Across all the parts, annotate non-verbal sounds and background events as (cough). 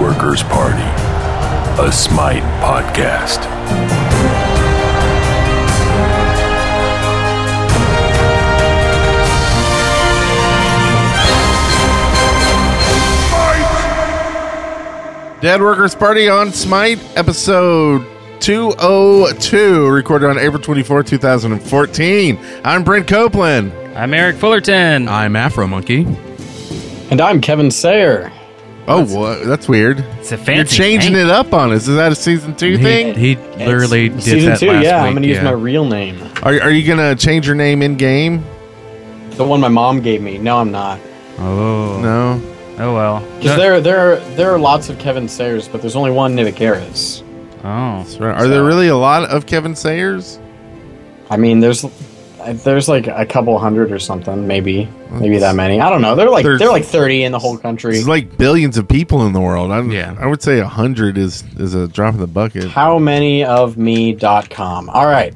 Workers Party, a Smite podcast. Dead Workers Party on Smite, episode 202, recorded on April 24, 2014. I'm Brent Copeland. I'm Eric Fullerton. Uh, I'm Afro Monkey. And I'm Kevin Sayer. Oh, what? That's weird. It's a fancy. You're changing name. it up on us. Is that a season two He, thing? he literally did It's season that two, last yeah. week. I'm gonna use yeah. my real name. Are, are you going to change your name in game? The one my mom gave me. No, I'm not. Oh. No. Oh well. Because there there are there are lots of Kevin Sayers, but there's only one Nivikaris. Oh, That's right. Are there really a lot of Kevin Sayers? I mean there's there's like a couple hundred or something, maybe. Maybe that many. I don't know. They're like There's- they're like thirty in the whole country. There's like billions of people in the world. i Yeah. I would say 100 is, is a drop in the bucket. How many of me.com. All right.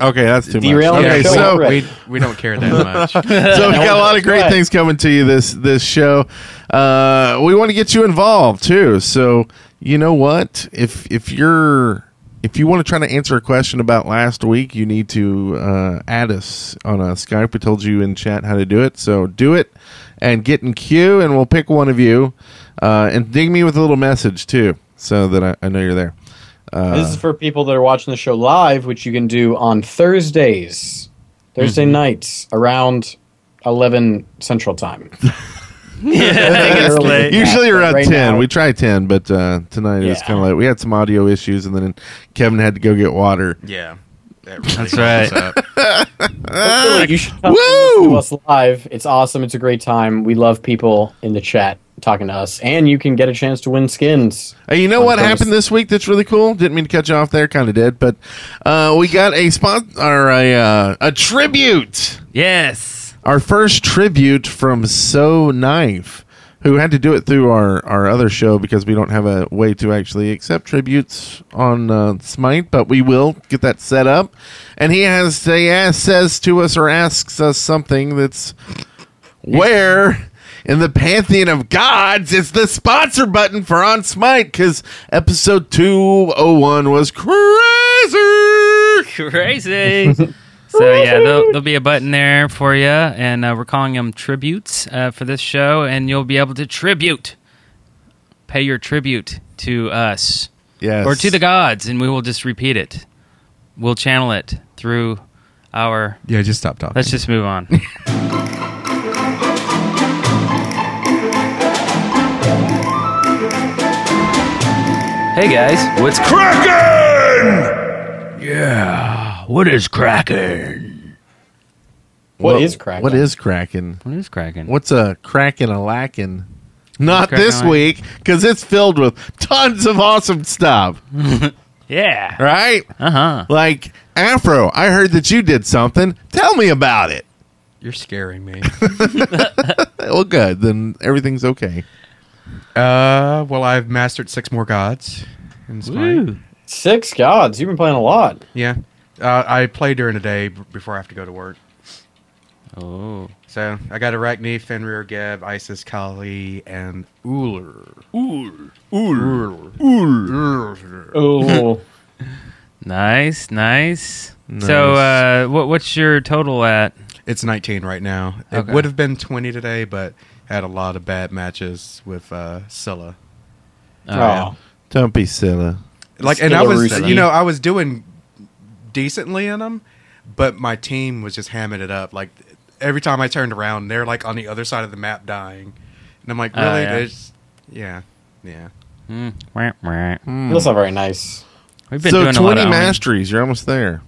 Okay, that's too Derailing much. Okay, the show so already. We, we don't care (laughs) that much. so (laughs) we got a lot of great Right. things coming to you this this show. Uh, we want to get you involved too. So you know what? If if you're if you want to try to answer a question about last week, you need to uh, add us on uh, Skype. We told you in chat how to do it, so do it and get in queue, and we'll pick one of you uh, and ding me with a little message too, so that I, I know you're there. This is for people that are watching the show live, which you can do on Thursdays, Thursday Mm-hmm. nights around 11 (laughs) Central Time. Early. Usually But around right ten. now- we try ten, but uh, tonight it was Yeah. kind of like we had some audio issues, and then Kevin had to go get water. yeah. that's right. but really, you should come Ah, Woo! listen to us live. It's awesome. It's a great time. We love people in the chat talking to us, and you can get a chance to win skins. Hey, you know On what purpose. happened this week? That's really cool. Didn't mean to cut you off there. Kind of did, but uh, we got a spot or a uh, a tribute. Yes. Our first tribute from So Knife, who had to do it through our our other show because we don't have a way to actually accept tributes on uh, Smite, but we will get that set up. And he has they ask, says to us or asks us something that's where in the pantheon of gods is the sponsor button for on smite because episode 201 was crazy Crazy. (laughs) so yeah, there'll, there'll be a button there for you, and uh, we're calling them tributes uh, for this show, and you'll be able to tribute, pay your tribute to us yes or to the gods, and we will just repeat it. We'll channel it through our. Yeah, just stop talking. Let's just (laughs) move on. hey guys, what's what is Kraken? What is Kraken? what is cracking What is cracking? what's a cracking a lacking not Crackin' a this lackin'? week because it's filled with tons of awesome stuff Yeah. right Uh huh. like afro i heard that you did something tell me about it You're scaring me. well good then everything's okay (laughs) uh, well, I've mastered six more gods. In Smite. Six gods. You've been playing a lot. Yeah. Uh, I play during the day b- before I have to go to work. Oh. So I got Arachne, Fenrir, Geb, Isis, Kali, and Uller. Uller. Uller. (laughs) Oh, Nice, nice. Nice. So, uh, what, what's your total at? It's 19 right now. Okay. It would have been 20 today, but had a lot of bad matches with uh, Scylla. oh. don't be silly Like, and I was, Scylla Rusi. you know, I was doing decently in them, but my team was just hamming it up. Like every time I turned around, they're like on the other side of the map dying, and I'm like, Oh, really? yeah. There's, yeah, yeah. Mm. Wah, wah. Mm. that's not very nice. We've been so doing 20 a lot of (laughs) masteries you're almost there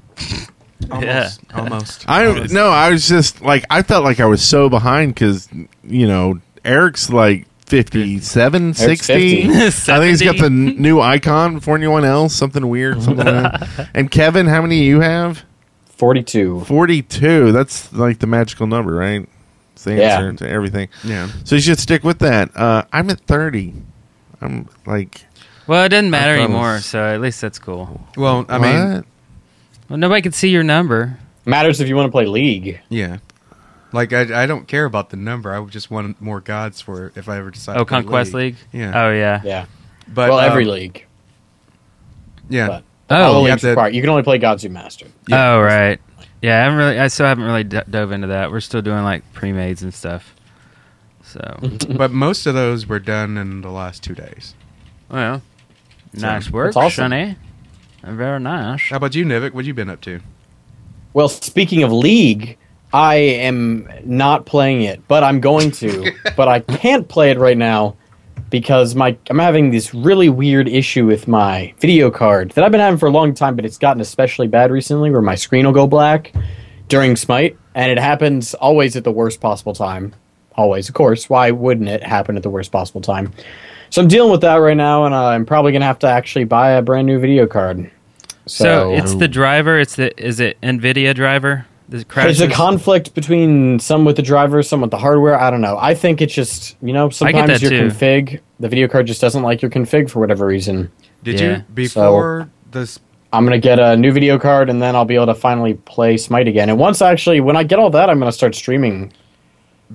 (laughs) Almost, almost. I Almost. no, I was just like I felt like I was so behind because you know Eric's like 57, 60. 50. (laughs) I think he's got the 70. n- new icon before anyone else. Something weird, something. like (laughs) that. And Kevin, how many you have? 42. Forty-two. That's like the magical number, right? It's the Yeah. answer to everything. Yeah. So you should stick with that. Uh, I'm at thirty. I'm like, Well, it doesn't matter I thought it anymore, was- so at least that's cool. Well, I I mean, mean, Well, nobody can see your number. Matters if you want to play League. yeah. Like I, I don't care about the number. I just want more gods for it if I ever decide. Oh, to play Conquest League. Yeah. Oh yeah. Yeah. But well, every um, league, Yeah. but (laughs) all the Oh. you have leagues to- require- you can only play gods you mastered. yeah. Oh right. Yeah, I haven't really. I still haven't really d- dove into that. We're still doing like pre-mades and stuff. So. but most of those were done in the last two days. Well. Nice work, That's awesome. Sonny. Very nice. How about you, Nivik? What you been up to? Well, speaking of League, I am not playing it, but I'm going to. but I can't play it right now because my I'm having this really weird issue with my video card that I've been having for a long time, but it's gotten especially bad recently where my screen will go black during Smite, and it happens always at the worst possible time. Always, of course. Why wouldn't it happen at the worst possible time? So I'm dealing with that right now, and I'm probably gonna have to actually buy a brand new video card. So, it's the driver. It's the is it Nvidia driver? The crashes? There's a conflict between some with the driver, some with the hardware. I don't know. I think it's just you know that sometimes your too. config, the video card just doesn't like your config for whatever reason. Did Yeah. you before this? I'm gonna get a new video card and then I'll be able to finally play Smite again. And once actually, when I get all that, I'm gonna start streaming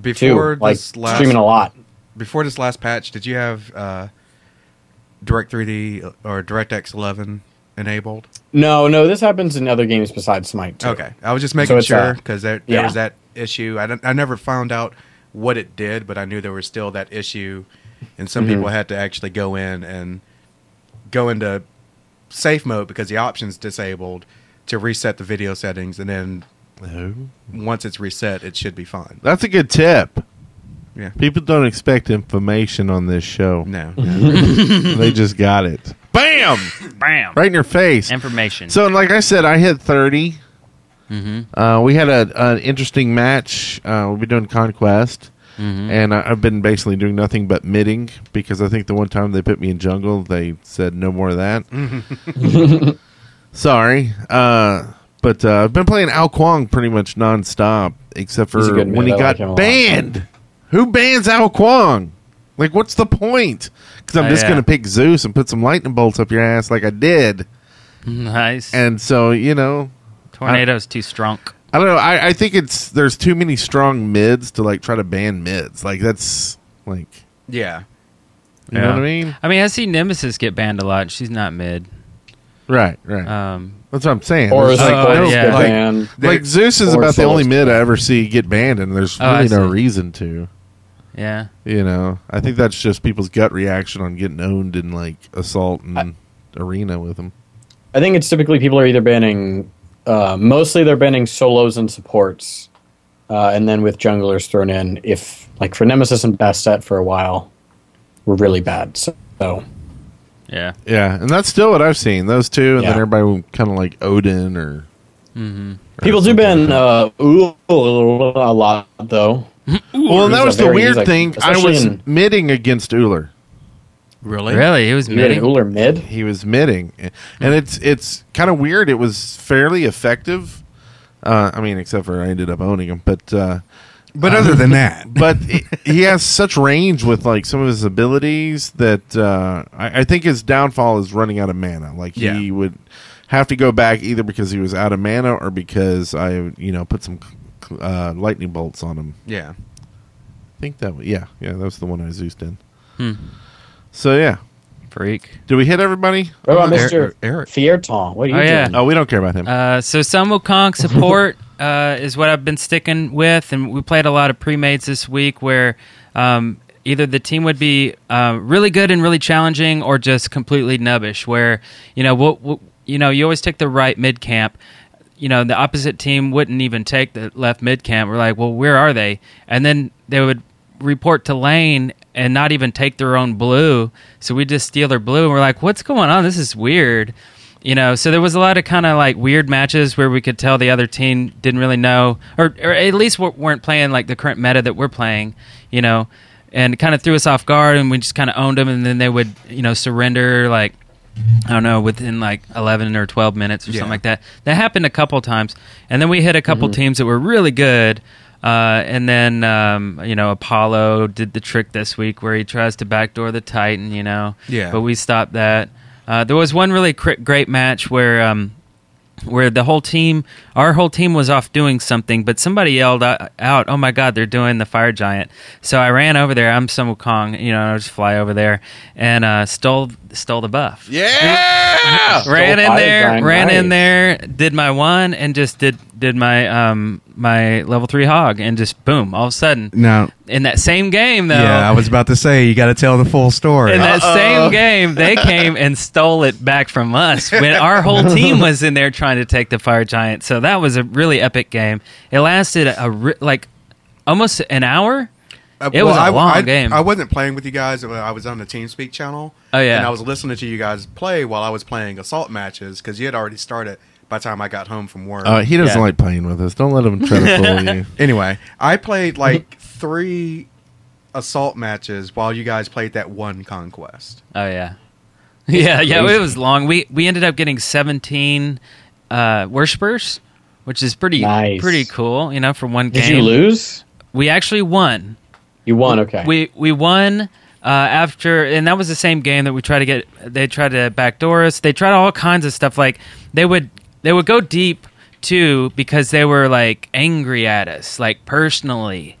too, Before like this last streaming a lot. before this last patch, did you have uh, Direct3D or DirectX 11 enabled? No, no, this happens in other games besides Smite. Too. Okay, I was just making it's, sure uh, because there, there yeah. was that issue. I, don't- I never found out what it did, but I knew there was still that issue, and Mm-hmm. some people had to actually go in and go into safe mode because the options disabled to reset the video settings, and then once it's reset, it should be fine. That's a good tip. Yeah. People don't expect information on this show. (laughs) No, no. they just got (laughs) it. Bam! bam Right in your face. information. So, and like I said, I hit 30. Uh, we had a, an interesting match. Uh, we'll be doing Conquest. And I, I've been basically doing nothing but midding because I think the one time they put me in jungle, they said no more of that. (laughs) Sorry. Uh, but uh, I've been playing Al Kwong pretty much nonstop, except He's a for good when he mid. I got like him a lot. banned. Who bans Al Kwong? Like, what's the point? Because I'm Oh, just yeah. going to pick Zeus and put some lightning bolts up your ass like I did. nice. And so, you know, Tornadoes too strong. I don't know. I, I think it's there's too many strong mids to like try to ban mids. Like that's like yeah. you know what I mean? I mean, I see Nemesis get banned a lot. She's not mid. Right, right. Um, that's what I'm saying. Or There's, is Oh, like, yeah. yeah. Like- man. like Zeus is or about the only Solus. mid I ever see get banned, and there's Oh, I really no see. reason to. yeah. You know, I think that's just people's gut reaction on getting owned in like assault and arena with them. I think it's typically people are either banning, uh, mostly they're banning solos and supports, uh, and then with junglers thrown in. If like for Nemesis and Bastet for a while, were really bad. So, so Yeah. Yeah, and that's still what I've seen. Those two, and then Yeah. everybody kind of like Odin or people do ban uh, ooh, a lot though. well, and that he's a was the very- he's weird like- thing. I especially was in- midding against Uller. Really? Really? It was You had an mid. Uller mid. he was mitting, and it's it's kind of weird. It was fairly effective. Uh, I mean, except for I ended up owning him, but uh, But other than that, (laughs) but he- he has such range with like some of his abilities that uh, I, I think his downfall is running out of mana. Like he Yeah. would have to go back either because he was out of mana or because I you know put some uh, lightning bolts on him. yeah. I think that was, yeah yeah that was the one I zoosed in. So yeah, Freak. do we hit everybody? What about Eric- Mister Eric. Fierton? What are you Oh, doing? yeah. Oh, we don't care about him. Uh, so some Wukong support (laughs) uh, is what I've been sticking with, and we played a lot of pre-mates this week where um, either the team would be uh, really good and really challenging, or just completely nubbish. Where you know, we'll, we'll, you know, you always take the right mid camp. You know, the opposite team wouldn't even take the left mid camp. We're like, well, where are they? And then they would report to lane and not even take their own blue. So we just steal their blue, and we're like, what's going on? This is weird you know so there was a lot of kind of like weird matches where we could tell the other team didn't really know or, or at least w- weren't playing like the current meta that we're playing you know and it kind of threw us off guard and we just kind of owned them and then they would you know surrender like I don't know, within like 11 or 12 minutes or something Yeah. Mm-hmm. like that. That happened a couple times. And then we hit a couple teams that were really good. Uh, and then, um, you know, Apollo did the trick this week where he tries to backdoor the Titan, you know. Yeah. But we stopped that. Uh, there was one really cr- great match where um, where the whole team, our whole team was off doing something, but somebody yelled o- out, "Oh my God, they're doing the fire giant!" So I ran over there. I'm Sun Wukong, you know. I just fly over there and uh, stole stole the buff. Yeah. (laughs) ran in fire there, giant, ran in nice. there, did my one, and just did did my um my level three hog, and just boom, all of a sudden. No. In that same game, though, Yeah, I was about to say you got to tell the full story. Uh, in that same game, they came and stole it back from us when our whole (laughs) team was in there trying to take the fire giant. So that was a really epic game. It lasted a re- like almost an hour. Uh, It was a I- long I- game. I wasn't playing with you guys. uh, I was on the TeamSpeak channel. Oh, yeah. and I was listening to you guys play while I was playing assault matches because you had already started by the time I got home from work. Uh, he doesn't Yeah. like playing with us. Don't let him try to fool you. anyway, I played like three assault matches while you guys played that one conquest. Oh yeah, (laughs) yeah, yeah. It was long. We we ended up getting seventeen uh, worshippers, which is pretty Nice. pretty cool. You know, for one Did game. you lose? We actually won. You won. Okay. We we won uh, after, and that was the same game that we tried to get. They tried to backdoor us. They tried all kinds of stuff. Like they would they would go deep too because they were like angry at us, like personally.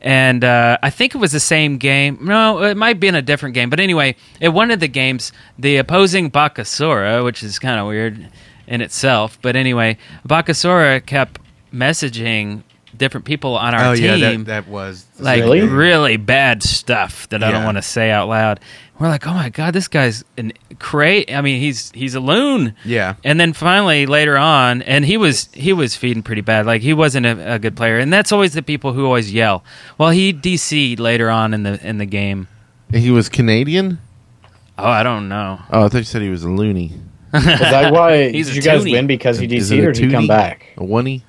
And uh, I think it was the same game. No, it might be in a different game. But anyway, at one of the games, the opposing Bakasora, which is kind of weird in itself, but anyway, Bakasora kept messaging different people on our oh team yeah, that, that was like really, Really? bad stuff that I don't Yeah. want to say out loud. We're like, oh my god, this guy's an cra I mean, he's he's a loon. Yeah. And then finally later on, and he was he was feeding pretty bad. Like he wasn't a, a good player, and that's always the people who always yell. Well, he DC'd later on in the in the game. He was Canadian. Oh, I don't know. (laughs) Oh, I thought you said he was a loony. Is that why He's did a you guys toonie. win because you Is DC'd it a or did he come toonie? back? A oney.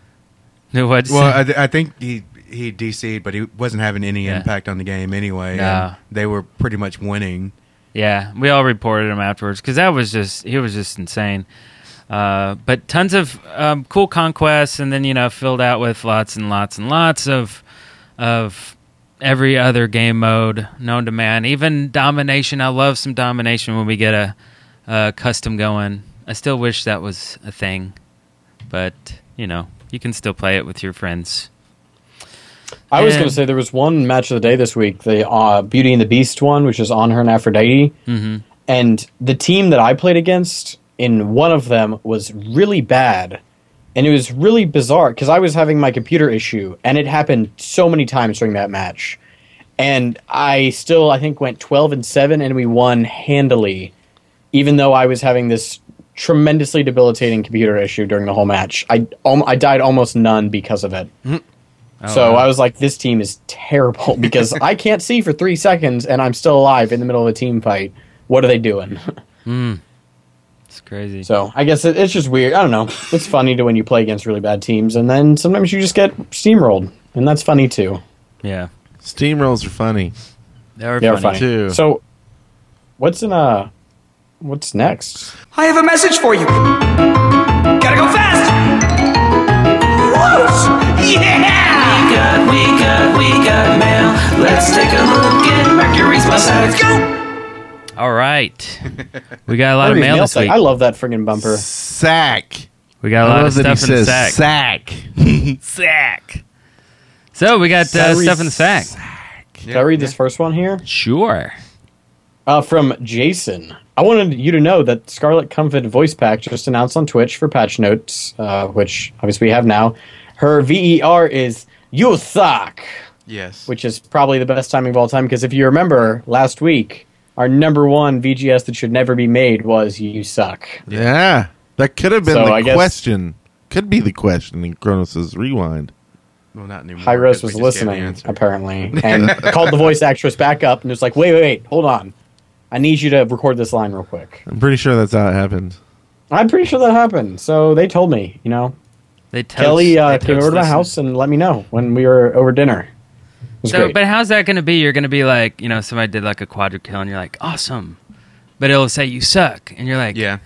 What'd you Well, say? I, th- I think he he DC'd, but he wasn't having any Yeah. impact on the game anyway. and No. They were pretty much winning. Yeah, we all reported him afterwards because that was just he was just insane. Uh, but tons of um, cool conquests, and then you know filled out with lots and lots and lots of of every other game mode known to man. Even domination. I love some domination when we get a, a custom going. I still wish that was a thing, but you know you can still play it with your friends. I was And- going to say there was one match of the day this week, the uh, Beauty and the Beast one, which is on her and Aphrodite. Mm-hmm. And the team that I played against in one of them was really bad. And it was really bizarre because I was having my computer issue, and it happened so many times during that match. And I still, I think, went 12 and 7, and we won handily, even though I was having this tremendously debilitating computer issue during the whole match. I, um, I died almost none because of it. So I was like, this team is terrible because I can't see for three seconds and I'm still alive in the middle of a team fight. What are they doing? It's crazy. So I guess it, it's just weird. I don't know. It's funny to when you play against really bad teams and then sometimes you just get steamrolled and that's funny too. yeah, Steamrolls are funny. they were They are funny. funny. too. So what's in uh what's next? I have a message for you. Gotta go fast. Whoosh! Yeah! We got, we got, we got mail. Let's take a look at Mercury's mustache. Let's go! All right, we got a lot of Mercury's mail mail this sack. week. I love that friggin' bumper. Sack. We got a lot of stuff in the sack. sack. sack. So we got uh, Sorry, stuff in the sack. Can I read this first one here? Sure. Uh, from Jason. I wanted you to know that Scarlet Comfort voice pack just announced on Twitch for patch notes, uh, which obviously we have now. Her VER is you suck, Yes. which is probably the best timing of all time because if you remember last week, our number one VGS that should never be made was you suck. Yeah. That could have been So the I guess- question. Could be the question in Kronos' rewind. well, not anymore. Hyros 'cause was we just gave the listening answer. apparently and called the voice actress back up and was like, "Wait, wait, wait, hold on, I need you to record this line real quick." I'm pretty sure that's how it happened. I'm pretty sure that happened, so they told me, you know, They toast, Kelly uh, they came toast over to my this. house and let me know when we were over dinner. It was So, great. but how's that going to be? You're going to be like, you know, somebody did like a quadra kill, and you're like, awesome. But it'll say you suck, and you're like, Yeah.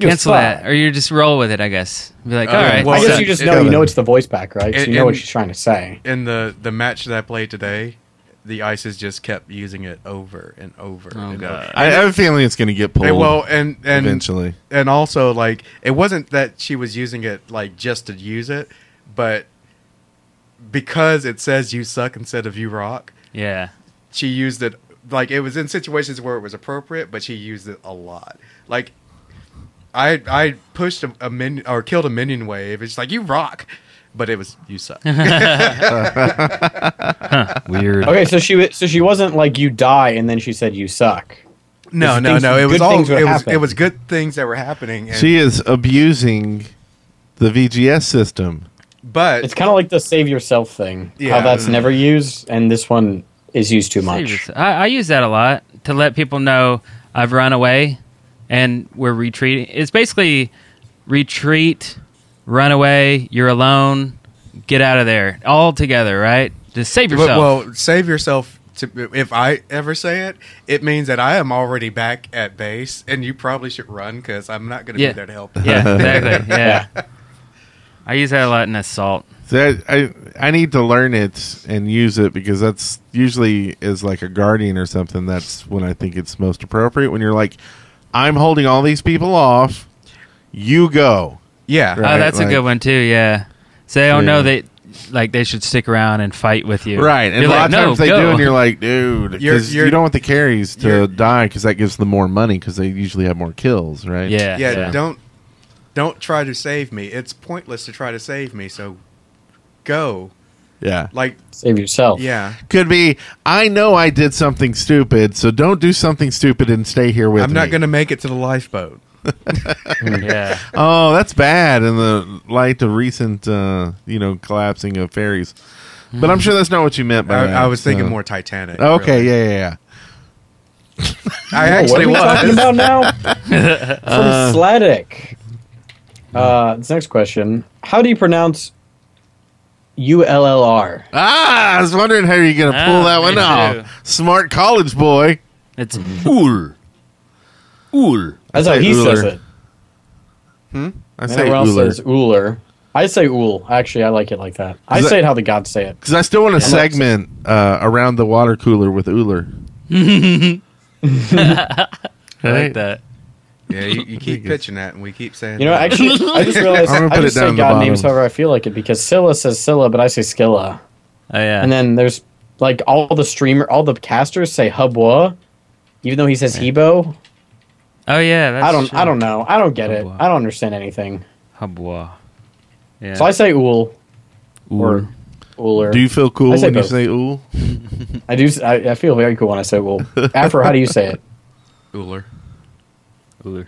You cancel suck. that, or you just roll with it, I guess. Be like, Uh, all right, well, I guess so- you just it- know. You Kevin. know it's the voice back, right? So It- you know what it- she's trying to say. In the the match that I played today, the ISIS just kept using it over and over. Oh, and no. over. I have a feeling it's going to get pulled And, well, and and eventually. and also like it wasn't that she was using it like just to use it, but because it says "you suck" instead of "you rock," (laughs) Yeah. she used it like it was in situations where it was appropriate, but she used it a lot. Like I I pushed a, a minion or killed a minion wave. It's like you rock, but it was you suck. Weird. Okay, so she wa- so she wasn't like you die and then she said you suck. no, It's no, things- no. It was good all things would it was, happen. it was good things that were happening. And, She is abusing the VGS system. but It's kind of like the save yourself thing. Yeah. How that's never used and this one is used too much. Save yourself. I, I use that a lot to let people know I've run away and we're retreating. It's basically retreat, run away, you're alone, get out of there. All together, right? Just save But, yourself. well, save yourself. To, if I ever say it, it means that I am already back at base, and you probably should run because I'm not going to Yeah. be there to help. (laughs) yeah, exactly. Yeah. I use that a lot in assault. That I I need to learn it and use it because that's usually is like a guardian or something. That's when I think it's most appropriate. When you're like, I'm holding all these people off, you go. Yeah, Right. oh, that's a good like- one too. Yeah. So they don't Yeah. know that like they should stick around and fight with you. Right, and You're a lot like, of "No, times they go." do, and you're like, dude, You're- because you you're- don't want the carries to you're- die because that gives them more money because they usually have more kills, right? (laughs) yeah, yeah, Don't don't try to save me. It's pointless to try to save me. So go. yeah. Like Save yourself. yeah, Could be. I know I did something stupid, so don't do something stupid and stay here with I'm me. not going to make it to the lifeboat. yeah. Oh, that's bad in the light of recent, uh, you know, collapsing of ferries. But I'm sure that's not what you meant by Hmm. I, that, I was thinking so- more Titanic. Okay, really. yeah, yeah, yeah. I Oh, what actually are we talking was. about (laughs) now? Slatic. Uh, this next question: How do you pronounce ULLR? Ah, I was wondering how you're gonna pull Ah, that one me off. too. Smart college boy. It's Mm-hmm. Ul. Ul. That's how say he says Uller. it. I And say everyone else Uller says Uller. I say Ul. Actually, I like it like that. I Is that- say it how the gods say it. because I still want to segment uh, around the water cooler with Uller. (laughs) I like that. Yeah, you, you keep pitching that, and we keep saying. You know, that. actually, (laughs) I just realized I'm gonna I put just it down say in the God names bottom. however I feel like it because Scylla says Scylla, but I say Skilla. Oh yeah. And then there's like all the streamer, all the casters say Hubwa, even though he says Hebo. oh yeah. That's I don't, true. I don't know. I don't get it. Hubwa. I don't understand anything. Habwa. Yeah. So I say Ul or Uller. Do you feel cool I say when you both. say Ul? I do. s- I, I feel very cool when I say Ul. Afro, how do you say it? Uller. Ooh,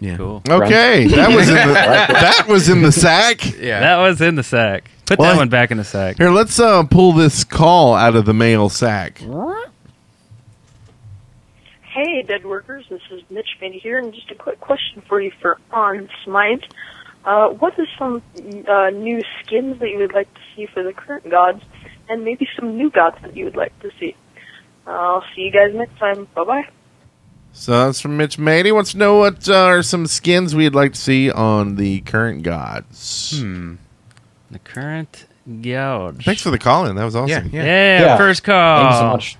Yeah. cool. Okay, that was in the, (laughs) that was in the sack. Yeah. (laughs) That was in the sack. Put Well, that one back in the sack. Here, let's uh, pull this call out of the mail sack. Hey, Dead Workers, this is Mitch Vandy here, and just a quick question for you for On Smite. Uh, what is some uh, new skins that you would like to see for the current gods, and maybe some new gods that you would like to see? I'll see you guys next time. Bye bye. So that's from Mitch Maney. Wants to know what uh, are some skins we'd like to see on the current gods. The current gouge. Hmm, Thanks for the call in. That was awesome. Yeah. yeah, Yeah. Yeah. First call. Thank you so much.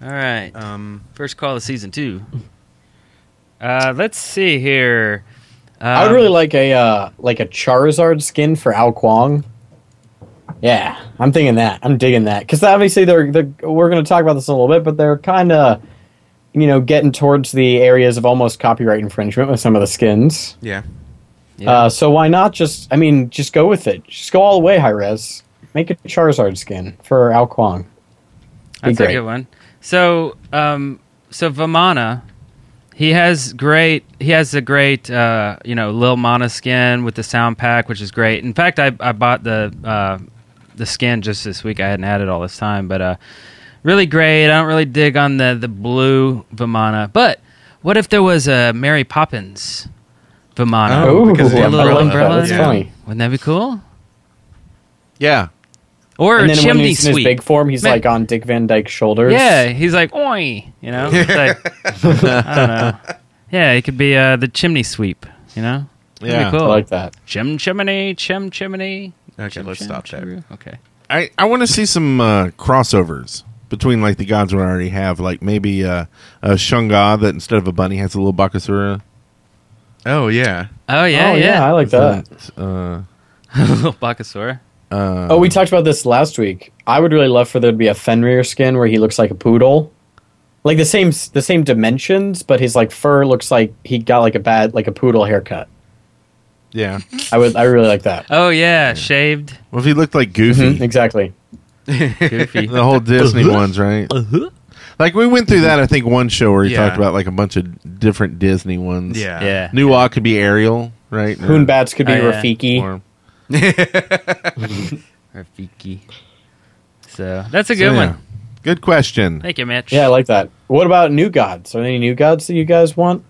All right. Um. First call of season two. Uh, let's see here. Um, I would really like a uh, like a Charizard skin for Al Kwong. Yeah, I'm thinking that. I'm digging that because obviously they're, they're we're going to talk about this in a little bit, but they're kind of you know getting towards the areas of almost copyright infringement with some of the skins. Yeah. Yeah. Uh, so why not just? I mean, just go with it. Just go all the way, high res. Make a Charizard skin for Al Kwong. Be That's a great. good one. So, um, so Vamana, he has great. He has a great, uh, you know, Lil Mana skin with the sound pack, which is great. In fact, I, I bought the uh, the skin just this week. I hadn't had it all this time, but uh, really great. I don't really dig on the the blue Vamana, but what if there was a Mary Poppins Vamana? Oh, Ooh, because of the I umbrella. like that. That's Yeah. funny. Wouldn't that be cool? Yeah. Or And then when chimney he's in his sweep. big form, he's Man. like on Dick Van Dyke's shoulders. Yeah, he's like, oi, you know. (laughs) It's like, I don't know. Yeah, it could be uh, the chimney sweep, you know. That'd be Yeah. I cool. like that. Chim chimney, chim chimney. Okay, let's chim stop there. chim- Okay. I, I want to see some uh, crossovers between like the gods we already have, like maybe uh, a Shunga that instead of a bunny has a little Bakasura. Oh yeah. Oh yeah, oh, yeah. (laughs) I like that. Uh, Little Bakasaur. uh, oh, we talked about this last week. I would really love for there to be a Fenrir skin where he looks like a poodle, like the same the same dimensions, but his like fur looks like he got like a bad like a poodle haircut. yeah. I would I really like that. Oh yeah, shaved, Well, if he looked like Goofy, Hmm. Mhm, (laughs) exactly. (laughs) goofy. the whole Disney ones, right? Like we went through that, I think one show where we Yeah. talked about like a bunch of different Disney ones. Yeah. yeah. New Wa could be Ariel, right? Or- Hoonbats could be Oh, yeah. Rafiki. or- (laughs) Rafiki. So that's a So, good yeah. one. Good question. Thank you, Mitch. Yeah, I like that. What about new gods? Are there any new gods that you guys want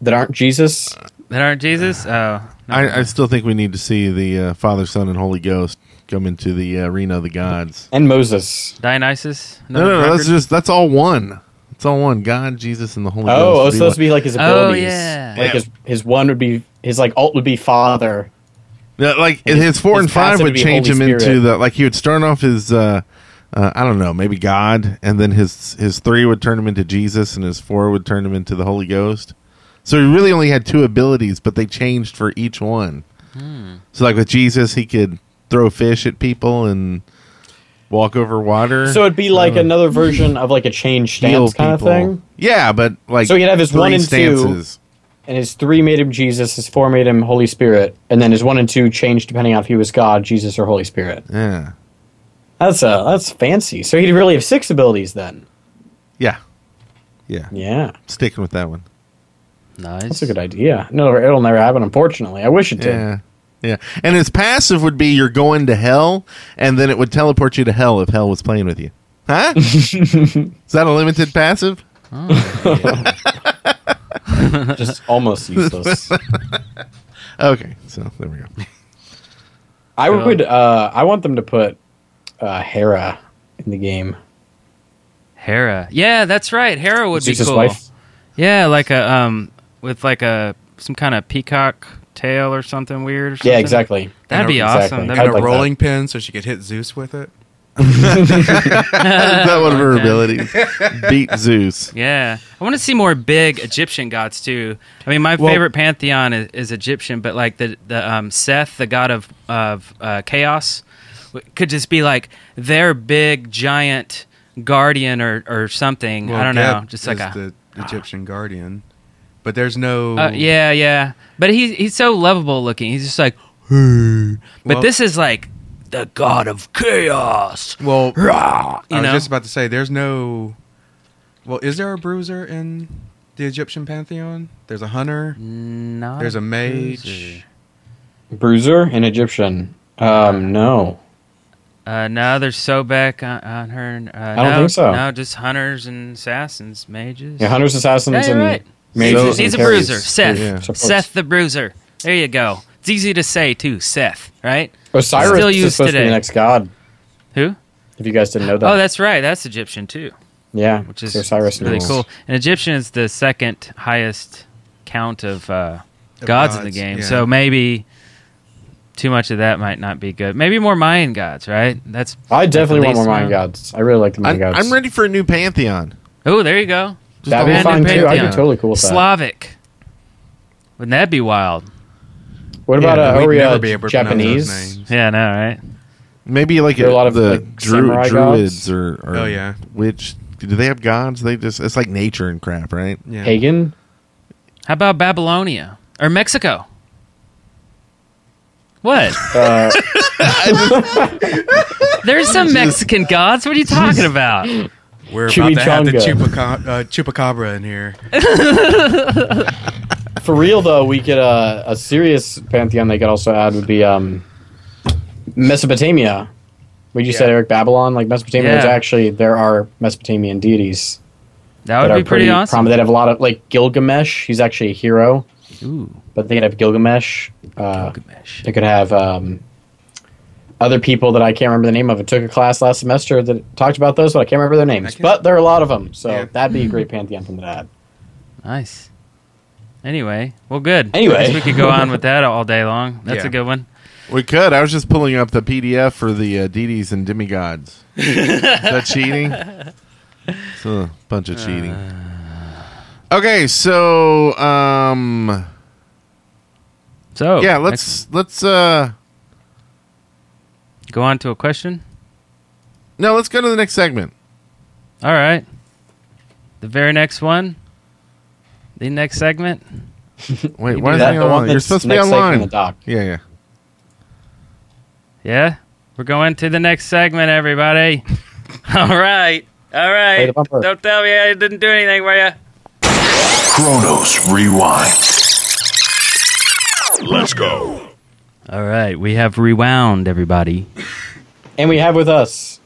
that aren't Jesus? that aren't Jesus. Oh, no. I, I still think we need to see the uh, Father, Son, and Holy Ghost come into the uh, arena of the gods. And Moses. Dionysus. No, no, no. Another That's drunkard? just that's all one. It's all one. God, Jesus, and the Holy Ghost. Oh, oh, would so those would one. be like his Oh, abilities. yeah. Like his his one would be his like alt would be father. Yeah, like his, four his and five would passive would be change him Holy into Spirit. the like he would start off his uh, uh, I don't know maybe God, and then his his three would turn him into Jesus, and his four would turn him into the Holy Ghost. So he really only had two abilities, but they changed for each one. Hmm. So like with Jesus, he could throw fish at people and walk over water. So it'd be like another version of like a change heal stance kind people. of thing. Yeah, but like So he'd have his three one and two. stances. And his three made him Jesus, his four made him Holy Spirit, and then his one and two changed depending on if he was God, Jesus, or Holy Spirit. Yeah, That's uh that's fancy. So he'd really have six abilities then. yeah, yeah. Yeah. Sticking with that one. nice. That's a good idea. No, it'll never happen, unfortunately. I wish it did. Yeah. Yeah. And his passive would be you're going to hell, and then it would teleport you to hell if hell was playing with you. Huh? Is that a limited passive? Just almost useless. Okay. So there we go. I would. Uh, I want them to put uh, Hera in the game. Hera. Yeah, that's right. Hera would be Zeus's cool. wife. Yeah, like a um, with like a some kind of peacock tail or something weird. Or something. Yeah, exactly. That'd be Exactly. awesome. I'd And That'd a like that. rolling pin so she could hit Zeus with it. Is that one of her abilities? Beat Zeus. be, (laughs) yeah, I want to see more big Egyptian gods too. I mean, my favorite pantheon is, is Egyptian, but like the the um, Seth, the god of of uh, chaos, w- could just be like their big giant guardian or or something. I don't know, Geb just like is a Ah. the Egyptian guardian. But there's no Uh, yeah, yeah. But he's he's so lovable looking. He's just like, "Hey." but Well- this is like the god of chaos. (laughs) Well, I You was know? just about to say there's no Well, is there a bruiser in the Egyptian pantheon? There's a hunter, Not there's a bruiser. mage. Bruiser and Egyptian. Um, no. Uh, no, there's Sobek on, on her. Uh, I don't no, think so. No, just hunters and assassins, mages. Yeah, hunters, assassins, Yeah, you're and right. mages. So- and He's a carries. bruiser. Seth. Yeah. Seth the bruiser. There you go. It's easy to say too. Seth, right? Osiris Still used is supposed to today. be the next god. Who? If you guys didn't know that. Oh, that's right. That's Egyptian too. yeah. which is so Osiris really rules. cool. And Egyptian is the second highest count of uh, gods, in the gods, game, yeah. so maybe too much of that might not be good. Maybe more Mayan gods, right? That's I definitely the want more least uh, Mayan amount. gods. I really like the Mayan I'm, gods. I'm ready for a new pantheon. oh, there you go, a That'd be whole fine new too. I'd pantheon. be totally cool with that. Slavic. Wouldn't that be wild? what about Yeah, uh, we'd never Oria be able to pronounce those Japanese? names. Yeah, I know, right? Maybe like There are a lot of, the like, dru- samurai druids gods. or, or Oh, yeah. which do they have gods? They just it's like nature and crap, right? Yeah. Pagan? How about Babylonia or Mexico? What? (laughs) Uh, There's (laughs) some Mexican gods. What are you talking about? We're about to have the Chimichanga. chupaca- uh, chupacabra in here. For real though, we could uh, a serious pantheon they could also add would be um, Mesopotamia. We just said Eric Babylon, like Mesopotamia. There's Yeah. actually there are Mesopotamian deities That would that be are pretty, awesome. prominent. That have a lot of like Gilgamesh. He's actually a hero, Ooh, but they could have Gilgamesh. Uh, Gilgamesh. they could have um, other people that I can't remember the name of. I took a class last semester that talked about those, but I can't remember their names. can't- But there are a lot of them, so Yeah. that'd be a great pantheon from that. Nice. Anyway, well, good. Anyway. (laughs) I guess we could go on with that all day long. That's Yeah. a good one. We could. I was just pulling up the PDF for the uh, deities and demigods. Is that cheating? It's a bunch of cheating. Uh. Okay, so um, Oh, So yeah, let's let's uh, next- go on to a question. no, let's go to the next segment. All right. The very next one. The next segment. Wait, You why do is that, it the one online? You're that's supposed to be next, like, from online. the dock. Yeah, yeah. Yeah. We're going to the next segment, everybody. (laughs) All right. All Play right. the bumper. Don't tell me I didn't do anything for you. Chronos Rewind. Let's go. All right. We have rewound, everybody. And we have with us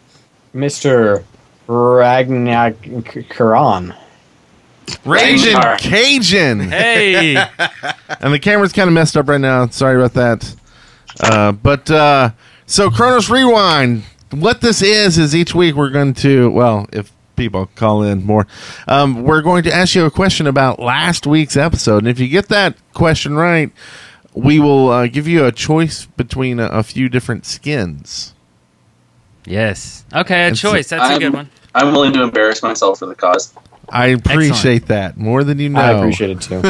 Mr. Ragnak Karan. Raging Cajun. (laughs) Hey. and the camera's kind of messed up right now. Sorry about that. Uh, but uh, so Chronos Rewind. What this is is each week we're going to well, if people call in more, um, we're going to ask you a question about last week's episode, and if you get that question right, we will uh, give you a choice between a, a few different skins. yes. Okay. A It's- choice. That's a good one. I'm willing to embarrass myself for the cause. I appreciate that more than you know. I appreciate it too.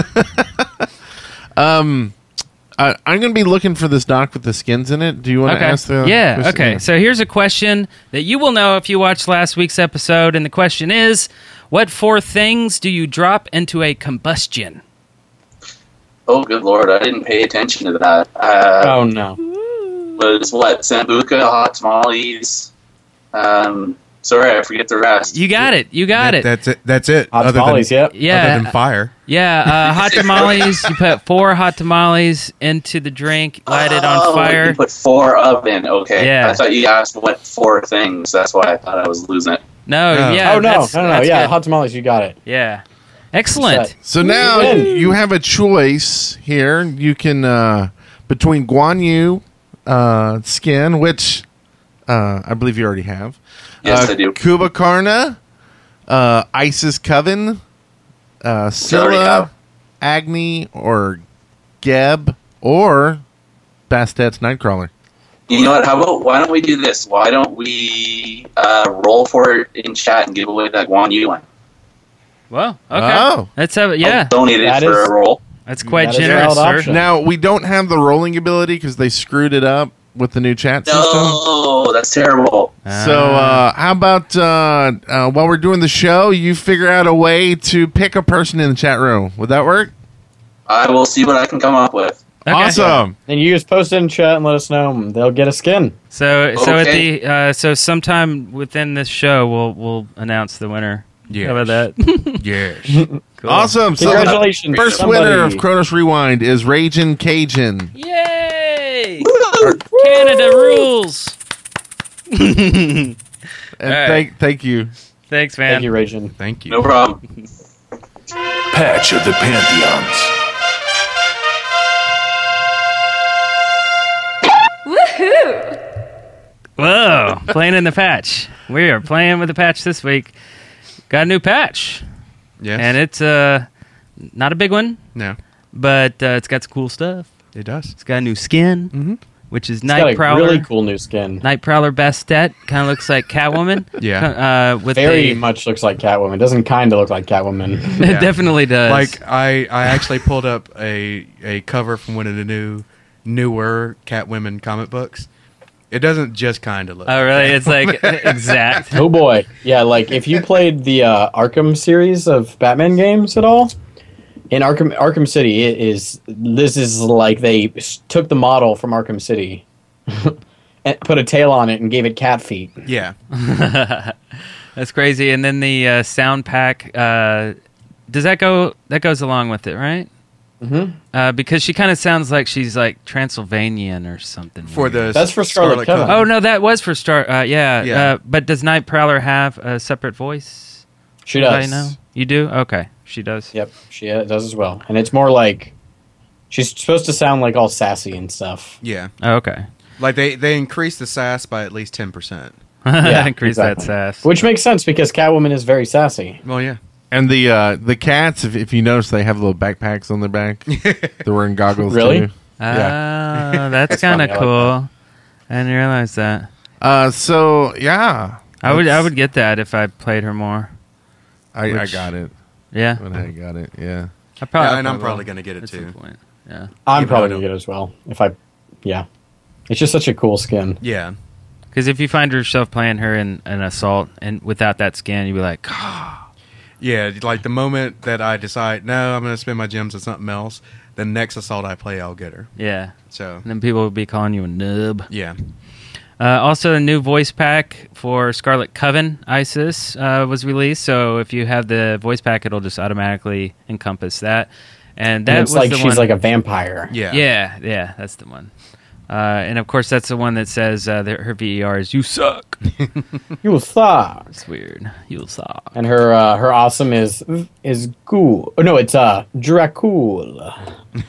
Uh, I'm going to be looking for this doc with the skins in it. Do you want to Okay. ask the? yeah. question? Okay. So here's a question that you will know if you watched last week's episode, and the question is: What four things do you drop into a combustion? Oh, good lord, I didn't pay attention to that. Uh, oh no. Was what? Sambuca, hot tamales. Um, sorry, I forget the rest. You got it. You got it. That's it. That's it. Hot other tamales, than, yep. Yeah. Other than fire. Yeah, uh, hot tamales. you put four hot tamales into the drink, light it on Oh, fire. You put four of in. Okay. Yeah. I thought you asked what four things. That's why I thought I was losing it. No, No. yeah. Oh no, that's- no, no, no. that's Yeah, good. hot tamales, you got it. yeah. Excellent. So now Win. you have a choice here. You can uh, between Guan Yu uh, skin, which uh, I believe you already have. Yes, uh, I do. Kuba Karna, uh, Isis Coven, uh, already have. Scylla, Agni, or Geb, or Bastet's Nightcrawler. You know what? How about why don't we do this? Why don't we uh, roll for it in chat and give away that Guan Yu one? Well, okay. Oh. That's how. Yeah, I'll donate it That for is- a roll. that's quite That is a generous, valid sir. option. Now we don't have the rolling ability because they screwed it up with the new chat system. No, that's terrible. So, uh, how about uh, uh, while we're doing the show, you figure out a way to pick a person in the chat room? Would that work? I will see what I can come up with. Okay. Awesome. And you just post it in chat and let us know. and They'll get a skin. So, so Okay. at the uh, so sometime within this show, we'll we'll announce the winner. Yes. How about that? (laughs) Yes. cool. Awesome. So, the Congratulations. first somebody. winner of Kronos Rewind is Raging Cajun. Yay! Canada rules. And All right. thank, thank you. Thanks, man. Thank you, Rajin. Thank you. No problem. Patch of the Pantheons. Whoa, playing in the patch. We are playing with the patch this week. Got a new patch, Yes. and it's uh not a big one, no. but uh, it's got some cool stuff. It does. It's got a new skin, which is Got Night a Prowler. really cool new skin. Night Prowler Bastet kind of looks like Catwoman. Yeah. uh, with Very the, (laughs) much looks like Catwoman. Doesn't kind of look like Catwoman. it definitely does. Like I, I actually pulled up a a cover from one of the new newer Catwomen comic books. It doesn't just kind of look. oh really? It's like exact. oh boy, yeah. Like if you played the uh, Arkham series of Batman games at all, in Arkham Arkham City, it is this is like they s- took the model from Arkham City. (laughs) And put a tail on it and gave it cat feet. yeah. That's crazy. And then the uh, sound pack. Uh, does that go? That goes along with it, right? Mm-hmm. Uh, because she kind of sounds like she's like Transylvanian or something. For the That's for Scarlet Coven. oh no, that was for Star. Uh, yeah. Yeah. Uh, but does Night Prowler have a separate voice? She Does I does. know. You do? Okay, she does. Yep, she uh, does as well. And it's more like she's supposed to sound like all sassy and stuff. Yeah. Oh, okay. (laughs) Like they they increased the sass by at least ten percent. Yeah, increase exactly. that sass. Which makes sense because Catwoman is very sassy. Well, (laughs) yeah. And (laughs) the uh, the cats, if, if you notice, they have little backpacks on their back. They're wearing goggles. Really? Too. Ah, that's (laughs) That's kind of funny, I like cool. I didn't realize that. Uh, so yeah, I would I That's- would get that if I played her more. I, I which- got it. Yeah, When I got it, yeah. I probably Yeah, and I'm will probably gonna get it at some too. point. Yeah, I'm Even probably though I gonna get it as well. If I, yeah, it's just such a cool skin. Yeah. because if you find yourself playing her in an assault and without that skin, you'd be like, "God." Yeah, like the moment that I decide, no, I'm going to spend my gems on something else, the next assault I play, I'll get her. yeah. So, And then people would be calling you a nub. yeah. Uh, also, a new voice pack for Scarlet Coven Isis uh, was released. So if you have the voice pack, it'll just automatically encompass that. And that and it's was like the she's one, like a vampire. Yeah. yeah, yeah, that's the one. Uh, and of course, that's the one that says uh, that her VER is "You suck." You will thaw. It's weird. You suck. And her uh, her awesome is is cool. Oh, no, it's uh Dracul.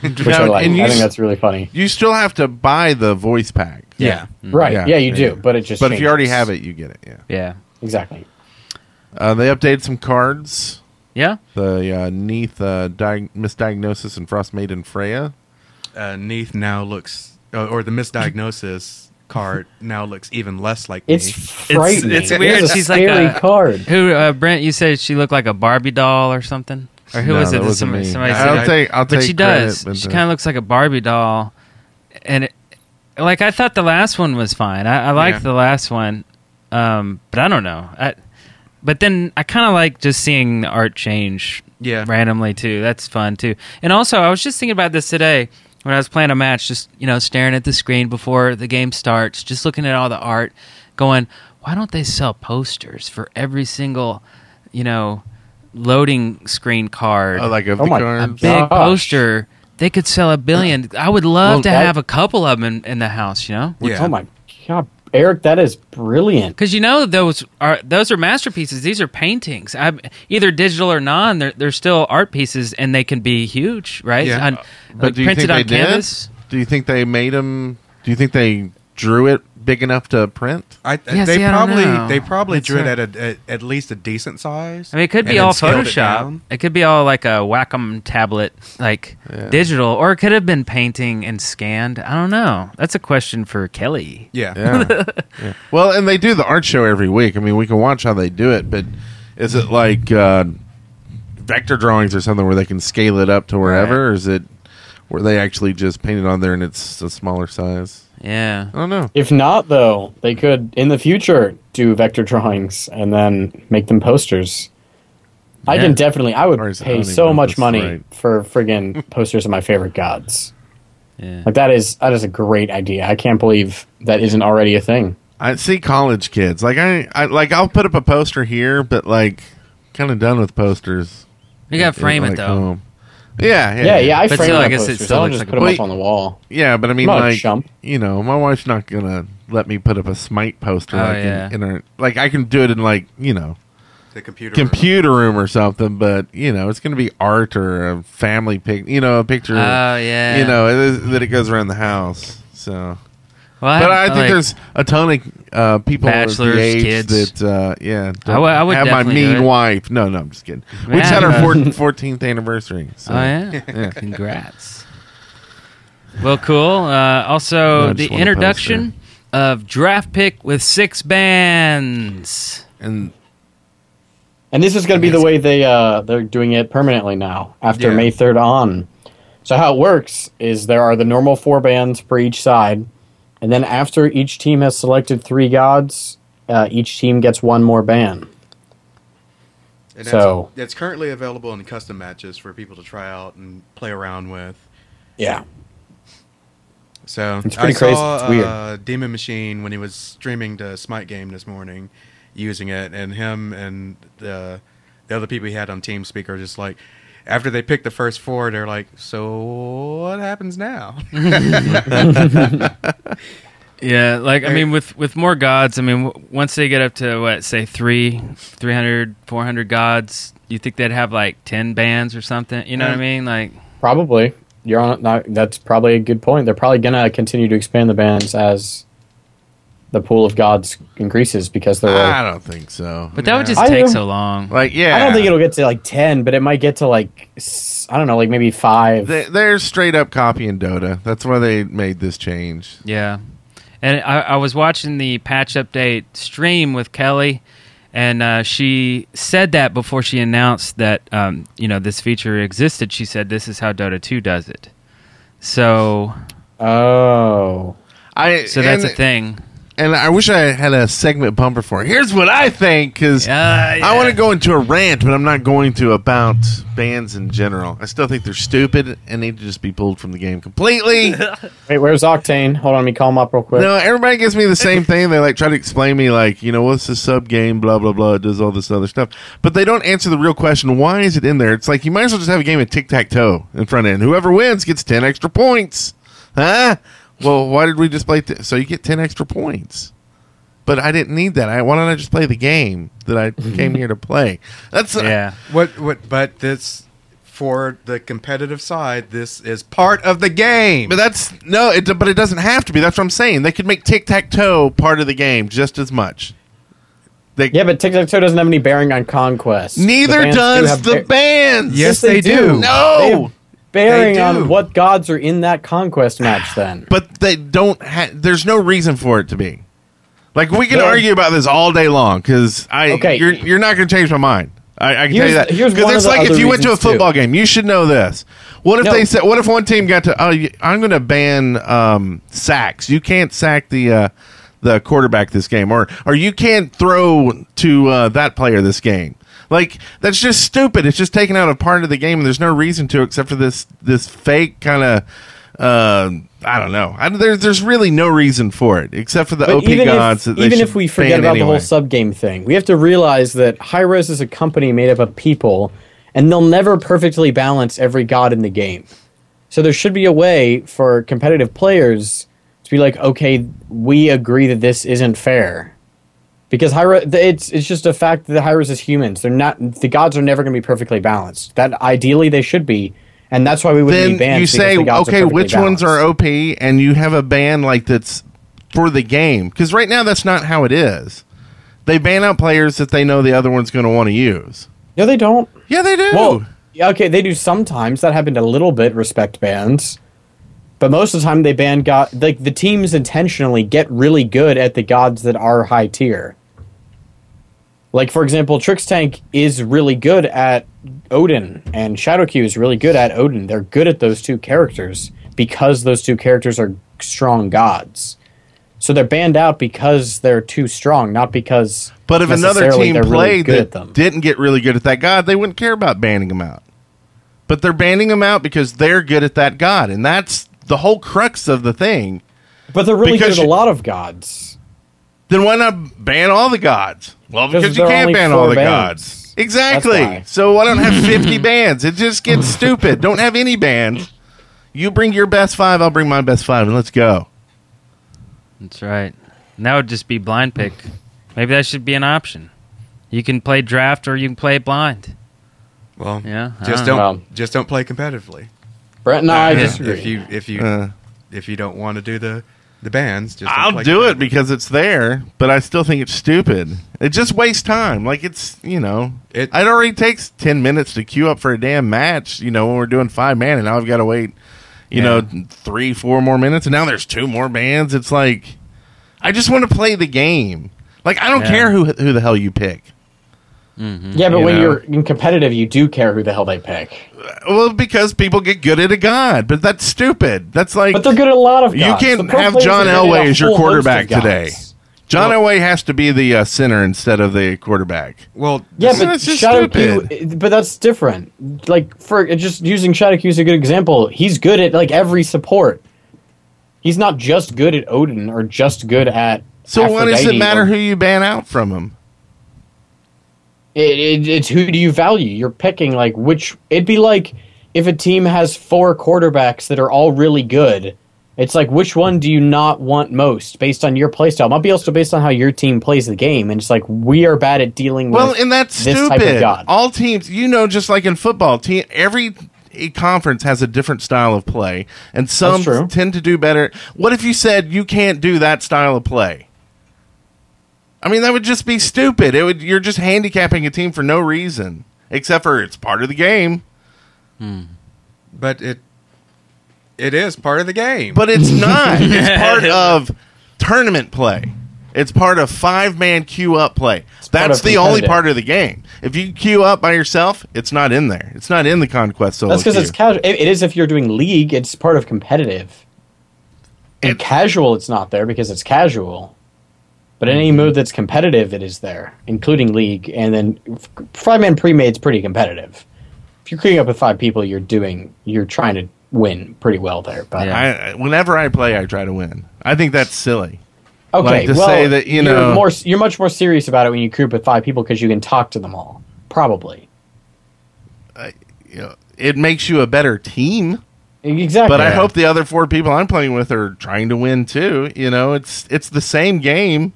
Which I Now, like. and you I think s- that's really funny. You still have to buy the voice pack, Yeah. Right? Yeah, Yeah, you yeah. do. But it just. but if you already have it, it, you get it. Yeah. Yeah, exactly. Uh, they updated some cards. yeah. The uh, Neath uh, diag- misdiagnosis and Frost Maiden Freya. Uh, Neath now looks, uh, or the misdiagnosis card now looks even less like It's me. frightening. it's It weird. is a She's like scary a- card. Who, uh, Brent? You said she looked like a Barbie doll or something, or who No, was it? that wasn't somebody, me. somebody said I'll it. take. I'll but take she does. credit, but, she uh, kind of looks like a Barbie doll, and it, like I thought the last one was fine. I, I liked Yeah. the last one, um, but I don't know. I, but then I kind of like just seeing the art change Yeah. randomly too. That's fun too. And also, I was just thinking about this today when I was playing a match, just you know, staring at the screen before the game starts, just looking at all the art, going, why don't they sell posters for every single, you know, loading screen card? Oh, like of Oh the my- a cards. big Gosh. poster. They could sell a billion. I would love Well, to that- have a couple of them in, in the house, you know, Yeah. Oh my god, Eric, that is brilliant. because you know those are those are masterpieces. These are paintings, i either digital or non. They're they're still art pieces, and they can be huge, right? Yeah. On- Uh, But like do you printed think they on did? canvas. Do you think they made them? Do you think they drew it big enough to print? I, Yeah, they, see, I don't probably, know. they probably That's drew right. it at, a, at at least a decent size. I mean, it could and be then all scaled it Photoshop. down. It, could be all like a Wacom tablet, like digital, or it could have been painting and scanned. I don't know. That's a question for Kelly. Yeah. Yeah. (laughs) Yeah. Well, and they do the art show every week. I mean, we can watch how they do it, but is it like uh, vector drawings or something where they can scale it up to wherever? Or is it where they actually just paint it on there and it's a smaller size? Yeah. I don't know. If not, though, they could in the future do vector drawings and then make them posters. I Yeah. can definitely. I Or would is- I don't pay even know so if much that's money right. for friggin' posters of my favorite gods. Yeah. Like that is that is a great idea. I can't believe that isn't already a thing. I see college kids like I, I like I'll put up a poster here, but like kind of done with posters. You got to frame Like, oh, it though. home. Yeah, yeah, Yeah, yeah. I But frame still, I my guess it posters. still I don't looks like just a put them boy- up on the wall. Yeah, but I mean, Come on, like, chump. you know, my wife's not gonna let me put up a Smite poster. Oh, like in- yeah. in, her, like I can do it in like you know (laughs) The computer. computer room or something, but you know, it's gonna be art or a family pic. You know, a picture. Oh yeah. You know, it is, that it goes around the house. So, Well, but I think like- there's a ton of uh, people of the Bachelors, age kids. that uh, yeah. I would- I would have my definitely do mean it. wife. No, no, I'm just kidding. We just had Yeah. our four- 14th anniversary. So. Oh yeah. Congrats. Well, cool. Uh, also, I just the want a introduction of draft pick with six bands. And And this is going to be the way they uh, they're doing it permanently now after Yeah. May third on. So how it works is there are the normal four bands for each side, and then after each team has selected three gods, uh, each team gets one more band. And that's, So- that's currently available in custom matches for people to try out and play around with. Yeah, So It's pretty I crazy. saw It's weird. Uh, Demon Machine when he was streaming the Smite game this morning, using it, and him and the the other people he had on TeamSpeak are just like, after they pick the first four, they're like, so what happens now? (laughs) Yeah, like I Hey. mean, with with more gods, I mean, w- once they get up to what say three, 300, 400 gods, you think they'd have like ten bands or something? You know what I mean? Like, probably. You're on. Not, that's probably a good point. They're probably going to continue to expand the bands as the pool of gods increases because they're like, I don't think so. But that would No. just I take don't- so long. like, yeah, I don't think it'll get to like ten, but it might get to like s- I don't know, like maybe five. They, they're straight up copying Dota. That's why they made this change. Yeah. And I, I was watching the patch update stream with Kelly, and uh, she said that before she announced that um, you know this feature existed. She said, "This is how Dota 2 does it." So, oh, I so that's and, a thing. And I wish I had a segment bumper for. it. Here's what I think because Yeah, yeah. I want to go into a rant, but I'm not going to about bands in general. I still think they're stupid and need to just be pulled from the game (laughs) completely. wait, where's Octane? Hold on, let me call him up real quick. No, everybody gives me the same thing. They like try to explain me like, you know, what's the sub game, blah blah blah. It does all this other stuff, but they don't answer the real question. Why is it in there? It's like you might as well just have a game of tic tac toe in front end. Whoever wins gets ten extra points. Huh? Well, why did we just play? T- so you get ten extra points. But I didn't need that. I why don't I just play the game that I came here to play? That's uh, Yeah. What? What? But this for the competitive side. This is part of the game. But that's no, it, but it doesn't have to be. That's what I'm saying. They could make tic tac toe part of the game just as much. They, Yeah, but Tic Tac Toe doesn't have any bearing on conquest. Neither bands do does have the bear- bands. Yes, they do. They No. have They bearing do. on what gods are in that conquest match. Then But they don't have. There's no reason for it to be. Like we can There- argue about this all day long because I Okay. you're you're not going to change my mind. I, I can Here's- tell you here's that because one it's of the like if other you went to a reasons, too. football game, you should know this. What if No. they said? What if one team got to? Oh, you- I'm going to ban um, sacks. You can't sack the uh, the quarterback this game, or or you can't throw to uh, that player this game. Like that's just stupid. It's just taken out a part of the game, and there's no reason to except for this this fake kind of. Uh, I don't know. I, there's there's really no reason for it except for the But OP even gods. if, that they even should if we forget ban about the anyway. whole sub game thing, we have to realize that High Res is a company made up of people, and they'll never perfectly balance every god in the game. So there should be a way for competitive players to be like, okay, we agree that this isn't fair, because High Res, it's it's just a fact that the High Res is humans. They're not the gods are never going to be perfectly balanced. That ideally they should be, and that's why we would be then banned. you because say the gods are okay perfectly which ones are balanced. op and you have a ban like that's for the game because right now that's not how it is they ban out players that they know the other one's going to want to use No, they don't. yeah they do Whoa. Yeah, Okay, they do sometimes. That happened a little bit. Respect bands, but most of the time they ban god. Like the teams intentionally get really good at the gods that are high tier. Like for example, Trix Tank is really good at Odin, and Shadow Q is really good at Odin. They're good at those two characters because those two characters are strong gods. So they're banned out because they're too strong, not because. but if another necessarily team they're really played good at that them. didn't get really good at that god they wouldn't care about banning them out but they're banning them out because they're good at that god and that's the whole crux of the thing but they're really good because at a you- lot of gods. then why not ban all the gods? Well, Because because you there are can't only ban four all the bands. gods. Exactly. why. So why don't have 50 (laughs) bands? It just gets stupid. Don't have any bands. You bring your best five, I'll bring my best five, and let's go. That's right. And that would just be blind pick. Maybe that should be an option. You can play draft or you can play blind. well, Yeah, I Just don't don't. know. Just don't play competitively. Brent and I disagree. If you if you Uh, if you don't want to do the the bands, just don't I'll play do it competitively. because it's there, but I still think it's stupid. It just wastes time. Like it's you know, it, It- it already takes 10 minutes to queue up for a damn match. You know, when we're doing five man, and now I've got to wait. You know, three, four more minutes, and now there's two more bands. It's like. I just want to play the game. Like I don't Yeah. care who who the hell you pick. Yeah, but you when know? you're in competitive, you do care who the hell they pick. Well, because people get good at a god, but that's stupid. That's like But they're good at a lot of. You gods. can't The pro have players John are good at Elway a as your whole host of quarterback gods. today. John Elway has to be the uh, center instead of the quarterback. Well, Yeah, It's but just Shadow Q, stupid. but that's different. Like for just using Shadow Q is a good example. He's good at like every support. He's not just good at Odin or just good at. So why does it Aphrodite matter or- who you ban out from him? It, it, it's who do you value? You're picking like which. It'd be like if a team has four quarterbacks that are all really good. It's like which one do you not want most based on your playstyle? Might be also based on how your team plays the game, and it's like we are bad at dealing Well, with. and that's this type of stupid. god. All teams, you know, just like in football, team every e- conference has a different style of play, and some That's true. tend to do better. What if you said you can't do that style of play? I mean, that would just be stupid. It would you're just handicapping a team for no reason, except for it's part of the game. But it it is part of the game. But (laughs) it's not. it's part of tournament play. It's part of five man queue up play. part That's of the only competitive. part of the game. If you queue up by yourself, it's not in there. It's not in the conquest solo. That's because it's queue. casual. It, it is if you're doing league. It's part of competitive. And casual, it's not there because it's casual. But in Mm-hmm. any move that's competitive, it is there, including league. And then five man pre made's pretty competitive. If you're queuing up with five people, you're doing you're trying to win pretty well there. But Yeah. I, I- whenever I play, I try to win. I think that's silly. okay, Like to well, say that, you are know- more you're much more serious about it when you queue up with five people because you can talk to them all. Probably You know, it makes you a better team. exactly. But I hope the other four people I'm playing with are trying to win too. You know, it's it's the same game.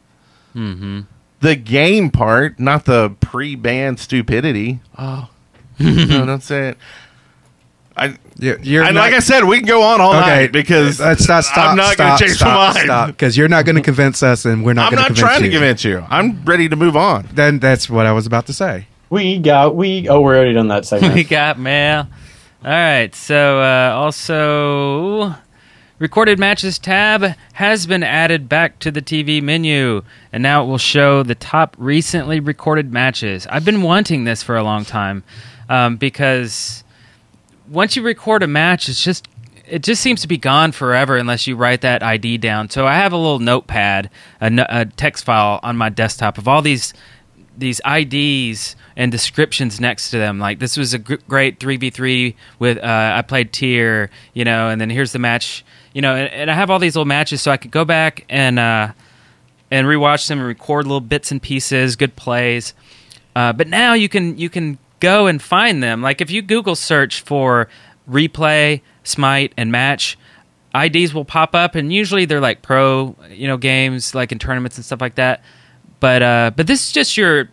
Mm-hmm. The game part, not the pre-banned stupidity. Oh, no, don't say it. I You're, you're and not- uh, like I said, we can go on all night because let's not stop. I'm not stop, going to change stop, my mind. because you're not going to convince us, and we're not. I'm gonna not convince trying you. to convince you. I'm ready to move on. Then that's what I was about to say. we got we oh we're already done (laughs) that (laughs) segment. we got mail. All right. So uh, also, recorded matches tab has been added back to the TV menu, and now it will show the top recently recorded matches. I've been wanting this for a long time um, because once you record a match, it's just it just seems to be gone forever unless you write that ID down. So I have a little notepad, a, no- a text file on my desktop of all these these IDs and descriptions next to them. Like this was a gr- great three v three with uh, I played tier, you know, and then here's the match, you know, and, and I have all these little matches so I could go back and uh, and rewatch them and record little bits and pieces, good plays. Uh, but now you can you can go and find them. Like if you Google search for replay, smite, and match, IDs will pop up, and usually they're like pro, you know, games like in tournaments and stuff like that. But uh, but this is just your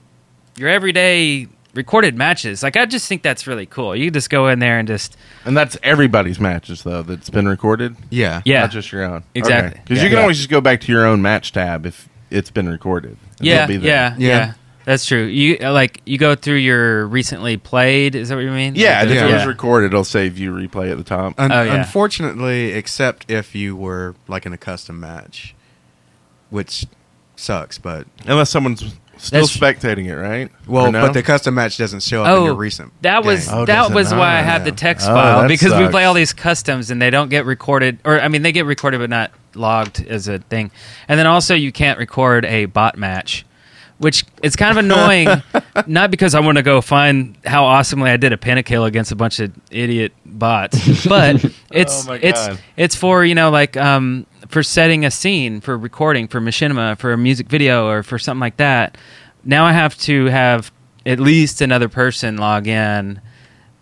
your everyday recorded matches. Like I just think that's really cool. You just go in there and just And that's everybody's matches though that's been recorded. Yeah. yeah, Not just your own. Exactly. Because Yeah. you can always just go back to your own match tab if it's been recorded. And yeah, it'll be there. yeah, yeah, Yeah. That's true. You uh, like you go through your recently played. Is that what you mean? Yeah, Like, and if it yeah. was recorded, it'll say view replay at the top. Un- Oh, yeah. Unfortunately, except if you were like in a custom match, which sucks. But Unless someone's still That's- spectating it, right? well, Or no? but the custom match doesn't show up in your recent. Oh, That was game. Oh, does that it was not? why I have the Yeah. text Oh, file that because we sucks. play all these customs and they don't get recorded, or I mean, they get recorded but not logged as a thing. And then also, you can't record a bot match, which it's kind (laughs) of annoying. not because I want to go find how awesomely I did a pentakill against a bunch of idiot (laughs) bots, but (laughs) it's Oh my God. it's it's for you know like um for setting a scene for recording for machinima for a music video or for something like that now i have to have at least another person log in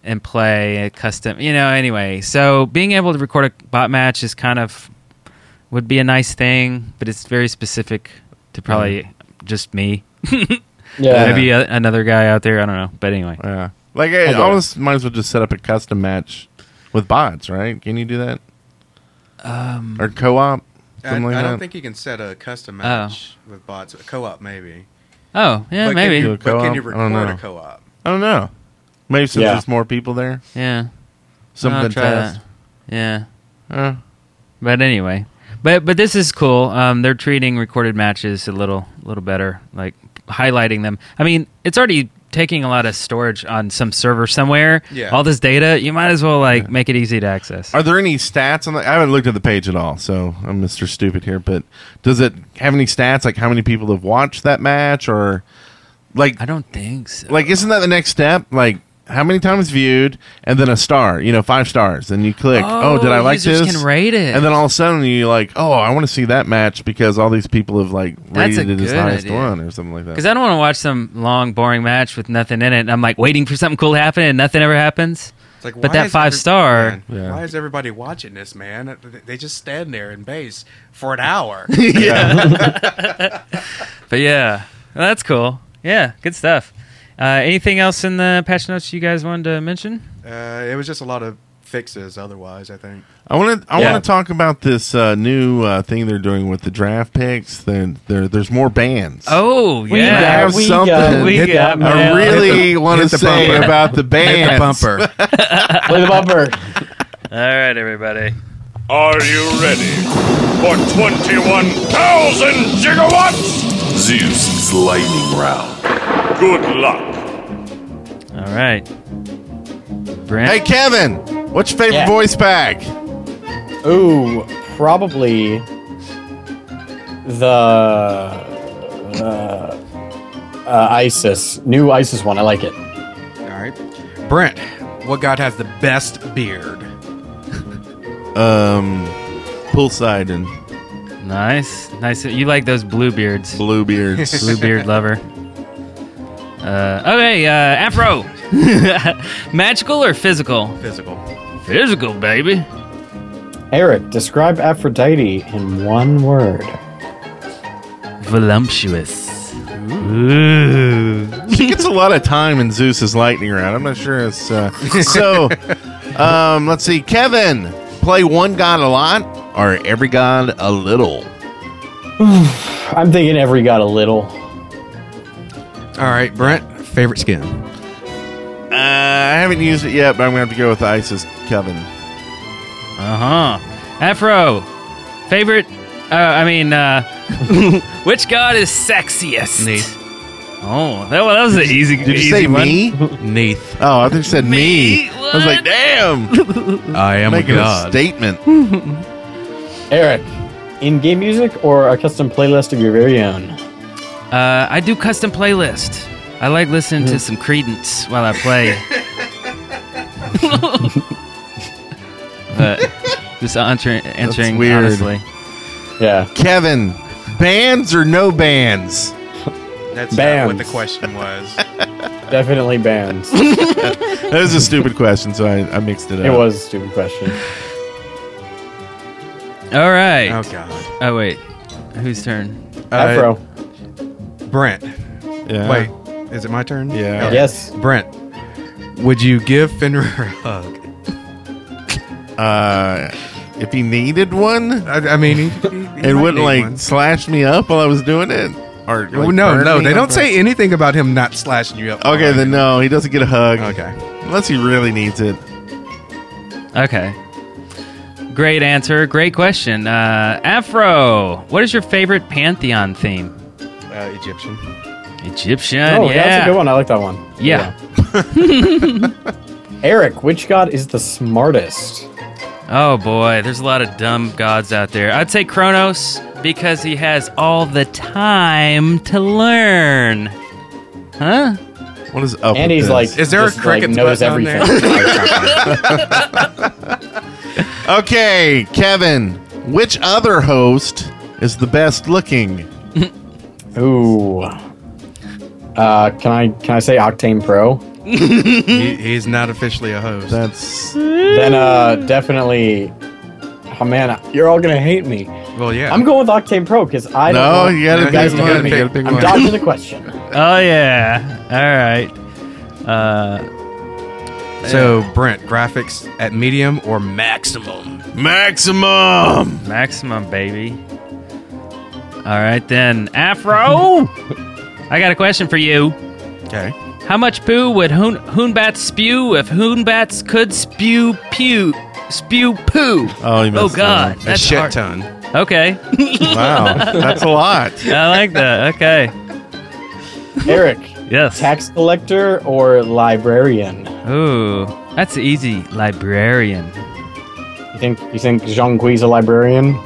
and play a custom you know anyway so being able to record a bot match is kind of would be a nice thing but it's very specific to probably just me yeah. maybe a, another guy out there i don't know but anyway yeah, like get I it. almost might as well just set up a custom match with bots, right? Can you do that? Um, or co-op, I, something like I don't that. think you can set a custom match with bots. Co-op maybe. oh yeah But maybe Can Do a you, but co-op? can you I don't record a know. co-op? I don't know. Maybe since Yeah. there's more people there, yeah I'll something try test. that. yeah Uh, But anyway, but but this is cool. Um, they're treating recorded matches a little little better, like highlighting them. I mean, it's already taking a lot of storage on some server somewhere. Yeah. All this data, you might as well like make it easy to access. Are there any stats on the? I haven't looked at the page at all, so I'm Mr. Stupid here. But does it have any stats like how many people have watched that match or like I don't think so. like isn't that the next step like how many times viewed and then a star you know five stars and you click oh, did i Oh, like users this can rate it. and then all of a sudden you like oh i want to see that match because all these people have like That's a rated it as good highest idea. one or something like that Because I don't want to watch some long, boring match with nothing in it. And I'm like waiting for something cool to happen, and nothing ever happens. It's like, But that is five every- star- man, Yeah. Why is everybody watching this, man? They just stand there in base for (laughs) an hour. But yeah, well, that's cool. Yeah, good stuff. Uh, anything else in the patch notes you guys wanted to mention? Uh, it was just a lot of fixes otherwise. I think. I want to. I Yeah. want to talk about this uh, new uh, thing they're doing with the draft picks. Then there, there's more bands. Oh We yeah. yeah, have got, we something. got, we Hit got that- mail. I really Hit the- want hit to the say bumper. about (laughs) the Hit bands. the bumper. play the bumper. All right, everybody. Are you ready for 21,000 gigawatts? Zeus's lightning round. Good luck. All right. Brent. Hey Kevin, what's your favorite Yeah. voice pack? Ooh, probably the uh, uh, ISIS new ISIS one. I like it. All right, Brent. What god has the best beard? Um, poolside and Nice, nice. You like those blue beards, (laughs) bluebeards. blue beard lover. Uh, okay, uh, (laughs) Afro. Magical or physical? Physical. Physical, baby. Eric, describe Aphrodite in one word. Voluptuous. she gets a lot of time in Zeus's lightning round. I'm not sure it's uh, so. Um, let's see, Kevin, play one god a lot or every god a little. I'm thinking every got a little. All right, Brent. Favorite skin. Uh, I haven't used it yet, but I'm gonna have to go with Isis, Kevin. Uh huh. Afro. Favorite. Uh, I mean, uh, (laughs) which god is sexiest? Me. Oh, that, well, that was an easy. Did you easy say one. (laughs) me? Neath. Oh, I think you said me. Me? I was like, What? damn, I am making a a god. statement. Eric, in game music or a custom playlist of your very own? Uh, I do custom playlist. I like listening Hmm. to some Credence while (laughs) I play. (laughs) but just answer, answering weird. honestly. Yeah. Kevin, bands or no bands? That's not what Bams. the (laughs) question was. Definitely banned. That was a stupid question, so I, I mixed it up. It was a stupid question. All right. oh god. Oh wait, whose turn? Afro. Uh, Brent. Yeah. Wait. Is it my turn? Yeah. Okay. yes. Brent. Would you give Fenrir a hug? Uh, if he needed one, I, I mean, he, he- he It might wouldn't need like one. slash me up while I was doing it. Or like, Well, no, burn no, me they up don't or- say anything about him not slashing you up. Okay, then no, he doesn't get a hug. Okay. unless he really needs it. Okay. Great answer. Great question. Uh, Afro, what is your favorite pantheon theme? Uh, Egyptian. Egyptian. Oh, yeah. that's a good one. I like that one. Yeah. Yeah. Eric, which god is the smartest? Oh boy, there's a lot of dumb gods out there. I'd say Kronos because he has all the time to learn. Huh? What is up? And with he's this? like, Is there a just, cricket's like, knows butt down there? everything. okay, Kevin. Which other host is the best looking? (laughs) Ooh. Uh, can I can I say Octane Pro? he, he's not officially a host. That's Then uh, definitely. Oh man, you're all gonna hate me. well, yeah. I'm going with Octane Pro because I don't. no. want- You gotta You guys pick gotta one. You pick- gotta pick I'm one. (laughs) dodging the question. Oh yeah. All right. Uh, so Brent graphics at medium or maximum. Maximum. maximum baby. All right then, (laughs) Afro. I got a question for you. Okay. How much poo would Hoon Hoonbats spew if Hoonbats could spew pew spew poo? Oh, you messed Oh it God, up. A that's shit hard. ton. Okay, Wow, that's a lot. I like that. Okay, Eric, yes. tax collector or librarian? Ooh, that's easy. Librarian. You think you think Zhang Gui's a librarian?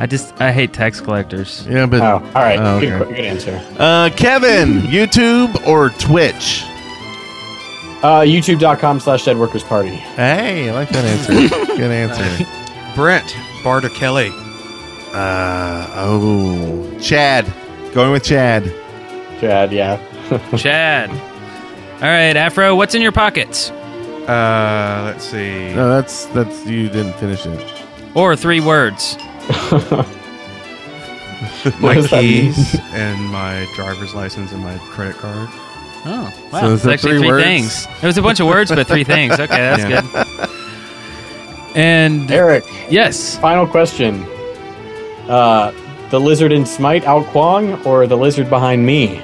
I just I hate tax collectors. Yeah, but Oh, all right, Oh, good, okay. good answer. uh, Kevin, YouTube or Twitch? Uh, YouTube.com/slash Dead Workers Party. Hey, I like that (laughs) answer. Good answer. Brent Bart or Kelly. Uh oh, Chad. Going with Chad. Chad, yeah. Chad. All right, Afro, what's in your pockets? Uh, let's see. No, that's that's you didn't finish it. Or three words. what my does that mean? keys (laughs) and my driver's license and my credit card. Oh, wow. So is it's that actually three three words? things. It was a bunch of words, but three things. Okay, that's Yeah. good. And Eric, yes, final question. Uh, the lizard in Smite out Kwong or the lizard behind me?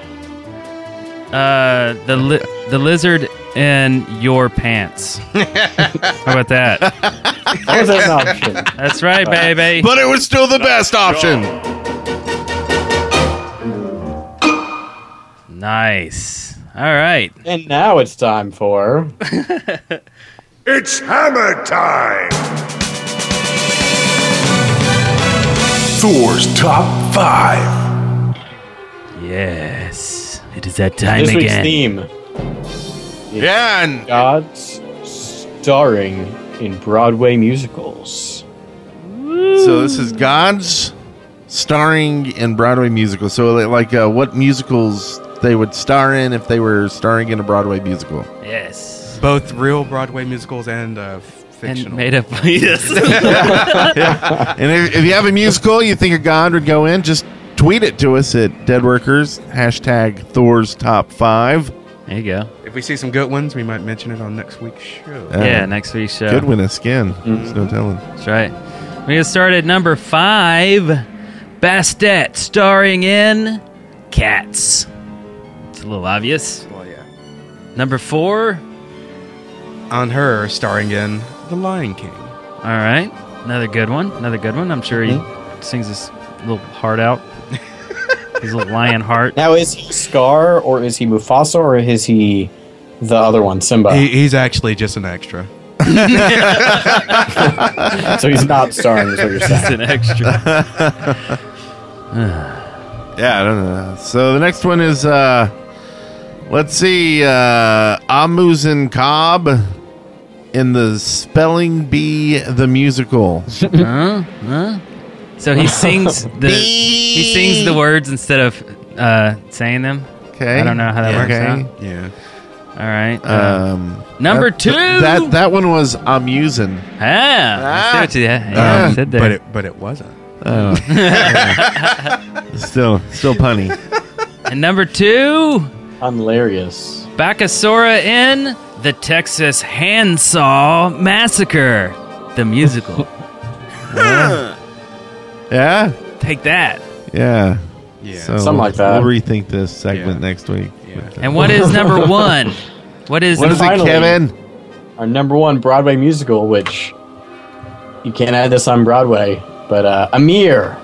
uh, the li- the lizard in your pants. How about that? That was (laughs) an option. That's right, baby. But it was still the best option. nice. All right. And now it's time for It's hammer time! Thor's top five. Yes, it is that time this week's again. theme: Yeah, and gods starring in Broadway musicals. so this is God's starring in Broadway musicals. So li- like uh, what musicals they would star in if they were starring in a Broadway musical. Yes. Both real Broadway musicals and uh, fictional. And made up. Yes. And if, if you have a musical you think a God would go in, just tweet it to us at Deadworkers hashtag Thor's top five. there you go. if we see some good ones, we might mention it on next week's show. Uh, yeah, next week's show. Good win a skin. There's no telling. That's right. We get started at number five. Bastet starring in Cats. It's a little obvious. Well, yeah. Number four. On her, starring in The Lion King. All right. Another good one. Another good one. I'm sure he Mm-hmm. sings his little heart out. his little lion heart. Now, is he Scar or is he Mufasa or is he the other one, Simba? He, he's actually just an extra. so he's not starring, is what you're saying. It's an extra. Yeah, I don't know. So the next one is uh let's see, uh Amuzin Cobb in the Spelling Bee the musical. So he sings the he sings the words instead of uh, saying them. Okay. I don't know how that works Okay. out. Yeah. All right. Um Number that- two. That that one was amusing. ah, I see what you- yeah, Um, yeah, I said there. But it, but it wasn't. Oh. still still punny. (laughs) and number two, (laughs) Hilarious. Bacasora in the Texas Handsaw Massacre, the musical. Yeah? Take that. Yeah. Yeah. So Something like that. We'll rethink this segment Yeah. next week. Yeah. And what is number one? What is What is it, Finally. Kevin? Our number one Broadway musical, which you can't add this on Broadway, but uh, Amir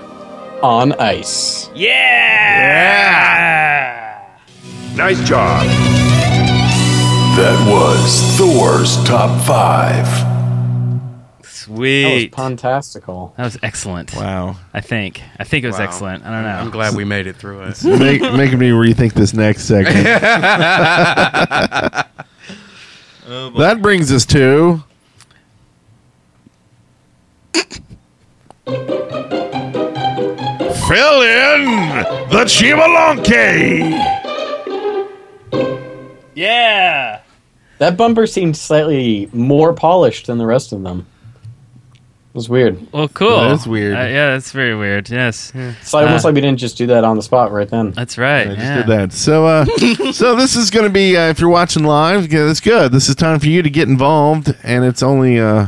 on Ice. Nice job. That was Thor's top five. That was sweet? fantastical. That was excellent. Wow. I think. I think it was Wow. excellent. I don't know. I'm glad we made it through it. Make, making me rethink this next (laughs) segment. that brings us to Fill in the Chimalonke. Yeah. That bumper seemed slightly more polished than the rest of them. It was weird. Well, cool. That is weird. Uh, yeah, that's very weird. Yes, It's like, almost Uh. like we didn't just do that on the spot right then. that's right. I just yeah. did that. So, (laughs) uh, so this is going to be uh, if you're watching live, yeah, that's good. This is time for you to get involved, and it's only uh,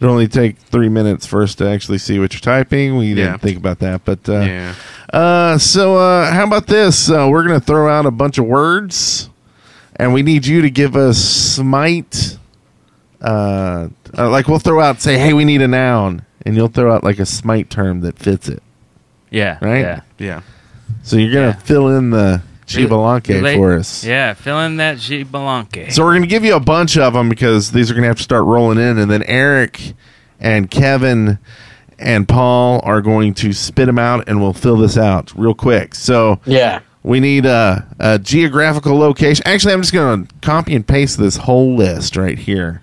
it only take three minutes for us to actually see what you're typing. We Yeah. didn't think about that, but uh, (laughs) Yeah. uh, so uh, how about this? Uh, we're going to throw out a bunch of words, and we need you to give us smite. Uh, uh, like we'll throw out, say, hey, we need a noun, and you'll throw out like a smite term that fits it. Yeah. Right? Yeah. Yeah. So you're gonna Yeah. fill in the Chibalanke Relate- for us. Yeah, fill in that G Balanque. So we're going to give you a bunch of them because these are going to have to start rolling in, and then Eric and Kevin and Paul are going to spit them out, and we'll fill this out real quick. So Yeah. we need a, a geographical location. Actually, I'm just going to copy and paste this whole list right here.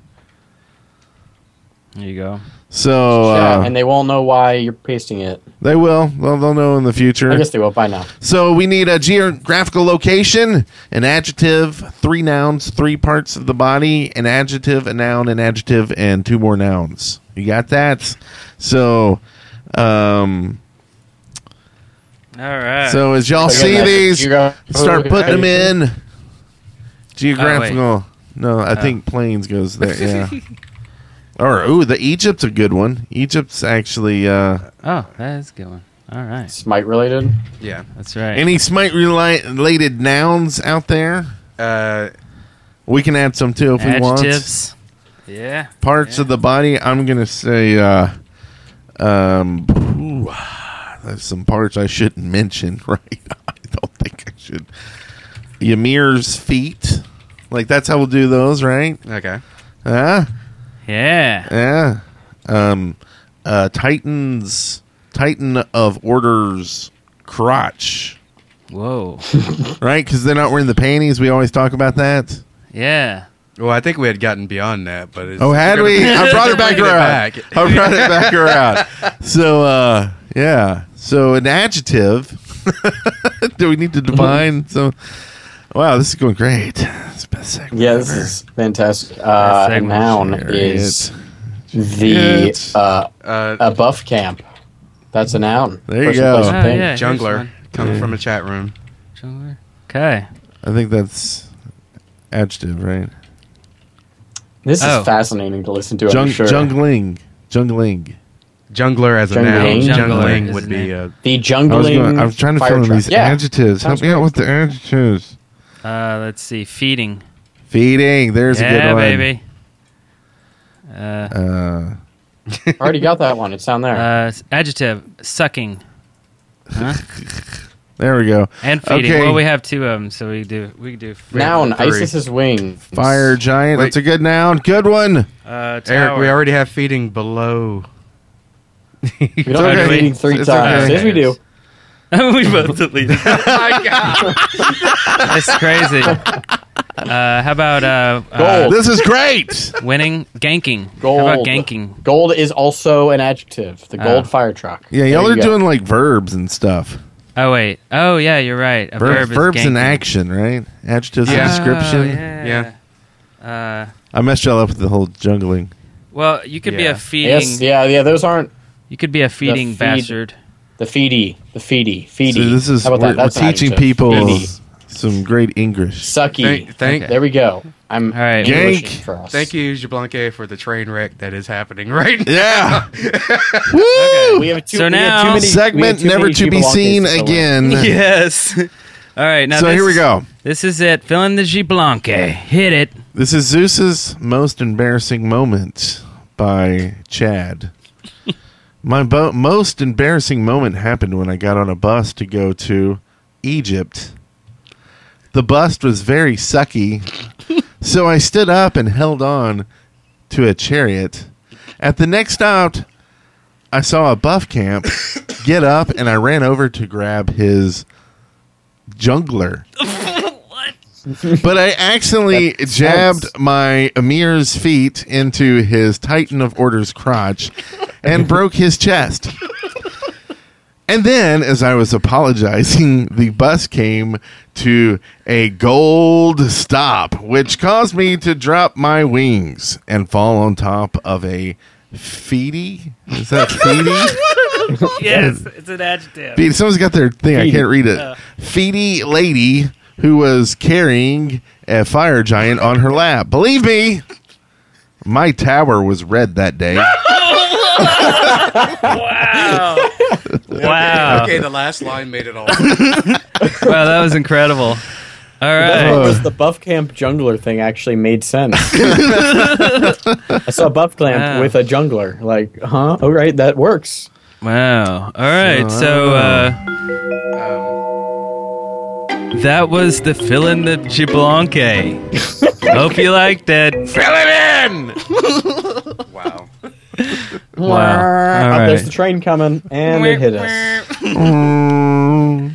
there you go. So yeah. uh, And they won't know why you're pasting it. they will. They'll, they'll know in the I future. guess they will by now. So we need a geographical location, an adjective, three nouns, three parts of the body, an adjective, a noun, an adjective, and two more nouns. You got that? So, um, All right. so as y'all see Again, these, geograph- start putting them in. Geographical. No, I Oh. (laughs) think planes goes there. Yeah. Or ooh, the Egypt's a good one. Egypt's actually uh, Oh, that is a good one. All right. Smite related. Yeah. That's right. any smite reli- related nouns out there. Uh, We can add some too if we want. Adjectives. Yeah. Parts of the body. I'm gonna say uh, um, ooh, there's some parts I shouldn't mention. (laughs) Right? I don't think I should. Ymir's feet. Like that's how we'll do those, right? okay. Yeah. Yeah. Yeah. Um uh Titans Titan of Orders crotch. Whoa. Right? Cuz they're not wearing the panties. We always talk about that. Yeah. Well, I think we had gotten beyond that, but it's, Oh, had we're we? gonna- (laughs) I brought it back bringing it around. back. I brought it (laughs) back around. So uh yeah. So an adjective. (laughs) Do we need to (laughs) define some Wow, this is going great. It's the best segment Yeah, this ever. is fantastic. Uh, That segment noun There is the It. uh, Uh, a buff camp. That's a noun. There you Person, go. place, and Oh, thing. yeah. jungler coming from a chat room. Jungler. Okay. I think that's adjective, right? This Oh. is fascinating to listen to. I'm Jung- sure. Jungling. Jungling. Jungler as a Jungling. noun. Jungler Jungling is would a be uh, noun. a The I was, jungling. going, I was trying to fire fill in truck. these yeah. adjectives. Help Sounds me out with the adjectives. Uh, let's see. Feeding. Feeding. There's a yeah, good one. baby. Uh, Uh, Already got that one. It's down there. uh, s- adjective. Sucking there we go. and feeding. Okay. Well, we have two of them, so we do. We do. noun. three. Isis's wing. Fire giant. Wait. That's a good noun. Good one. Uh, Eric. tower. We already have feeding below. We don't have okay. to reading three It's times. okay. Yes, we do. (laughs) we both deleted. That's (laughs) crazy. Uh, how about uh, uh, Gold. This is (laughs) great. winning ganking? How about Gold. ganking? Gold is also an adjective. The gold Ah. fire truck. yeah, There y'all you are go. doing like verbs and stuff. Oh wait. Oh yeah, you're right. A Ver- verb is verbs in ganking. action, right? Adjectives Yeah. and Oh, description. yeah. Uh, I messed y'all up with the whole jungling. well, you could be Yeah. a feeding. Yes, yeah, yeah. Those aren't You could be a feeding feed- bastard. the feedy, the feedy, feedy. So this is How we're, about that? we're That's an teaching adjective. people feedy, some great English. sucky. Thank, thank, there we go. I'm All right. English Gank. for us. thank you, Jablanke, for the train wreck that is happening (laughs) right now. (laughs) Yeah. Woo! We have too, So we have now- too many, we have Segment too never many to be Gibelonkes seen to fill in. (laughs) again. (laughs) Yes. (laughs) All right. Now so this, here we go. This is it. Fill in the Giblanque. Hit it. This is Zeus's most embarrassing moment by Chad. My bo- most embarrassing moment happened when I got on a bus to go to Egypt. The bus was very sucky, so I stood up and held on to a chariot. At the next stop, I saw a buff camp get up and I ran over to grab his jungler. But I accidentally jabbed my Emir's feet into his Titan of Order's crotch and broke his chest. And then, as I was apologizing, the bus came to a gold stop, which caused me to drop my wings and fall on top of a feety. Is that feety? Yes, it's an adjective. Feet. Someone's got their thing. I can't read it. Feety lady who was carrying a fire giant on her lap. Believe me, my tower was red that day. Wow. wow. Okay, the last line made it all. Wow, that was incredible. All right. Oh. Because the buff camp jungler thing actually (laughs) made sense. I saw buff camp Wow. with a jungler. Like, huh? Oh, right, that works. Wow. All right. So uh, um, that was the fill in the Giblanque. Hope you liked it. (laughs) wow. Wow. All Up Ah, There's right. the train coming, and it hit us. Mm.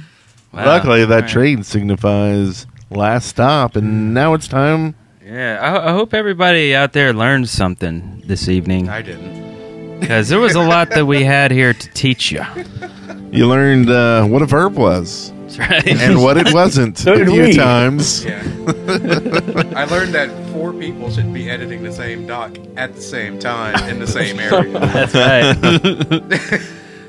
Wow. Luckily, All that right. train signifies last stop, and now it's time. Yeah, I, I hope everybody out there learned something this evening I didn't. because there was a lot that we had here to teach you. You learned uh, what a verb was That's right. and what it wasn't a did few we. times. Yeah. I learned that four people should be editing the same doc at the same time in the same area. That's right.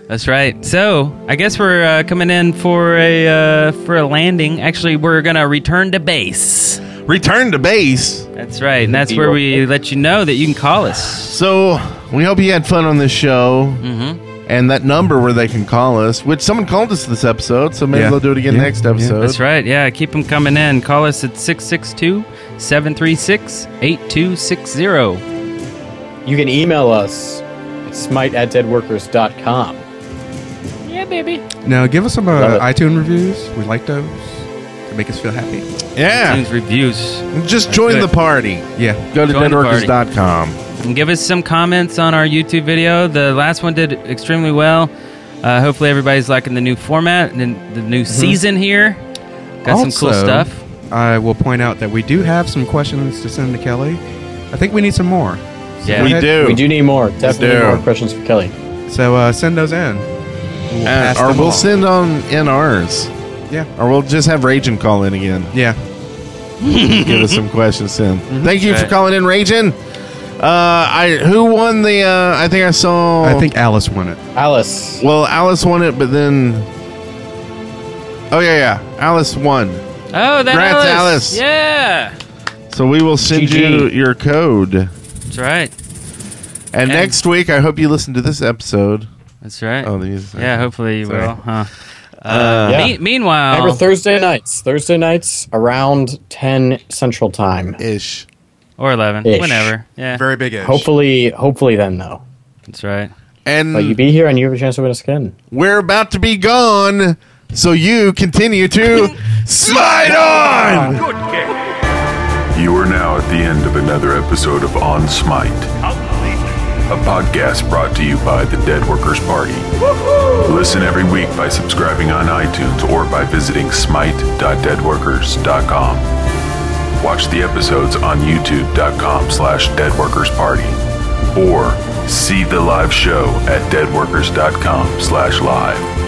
That's right. So I guess we're uh, coming in for a uh, for a landing. Actually, we're gonna return to base. Return to base. That's right. And that's where we let you know that you can call us. So we hope you had fun on this show. Mm-hmm. And that number where they can call us, which someone called us this episode, so maybe Yeah. they'll do it again next episode. That's right. Yeah, keep them coming in. Call us at 662 736 8260. You can email us at smite at deadworkers.com. Now, give us some Love uh, it. iTunes reviews. We like those to make us feel happy. Yeah. iTunes reviews. Just join good. the party. Yeah. Go to Join the party. deadworkers.com. And give us some comments on our YouTube video. The last one did extremely well. Uh, hopefully, everybody's liking the new format and the new season here. Got some cool Mm-hmm. Also, stuff. I will point out that we do have some questions to send to Kelly. I think we need some more. So Yeah. go We ahead. do. We do need more. Definitely do. more questions for Kelly. So uh, send those in. We'll Uh, pass or them we'll along. send on in ours. Yeah. Or we'll just have Ragin call in again. Yeah. (laughs) Mm-hmm. Give us (laughs) some questions in. Thank you for Right. calling in, Ragin. Uh, I who won the? Uh, I think I saw. I think Alice won it. Alice. Well, Alice won it, but then. Oh yeah, yeah. Alice won. Oh, that Congrats, Alice. Yeah. So we will send GG. you your code. And, That's right. next week, I hope you listen to this episode. That's right. Oh, these. yeah, hopefully you Sorry. will. Huh. Uh, Yeah. Me- meanwhile, Remember Thursday nights. Thursday nights around 10 Central Time. Ish. or 11, Ish. whenever. Yeah, Very big ish. Hopefully, hopefully then though. that's right. But you And be here and you have a chance to win a skin. we're about to be gone, so you continue to slide on. You are now at the end of another episode of On Smite, a podcast brought to you by the Dead Workers Party. Listen every week by subscribing on iTunes or by visiting smite.deadworkers.com. Watch the episodes on youtube.com slash deadworkersparty or see the live show at deadworkers.com slash live.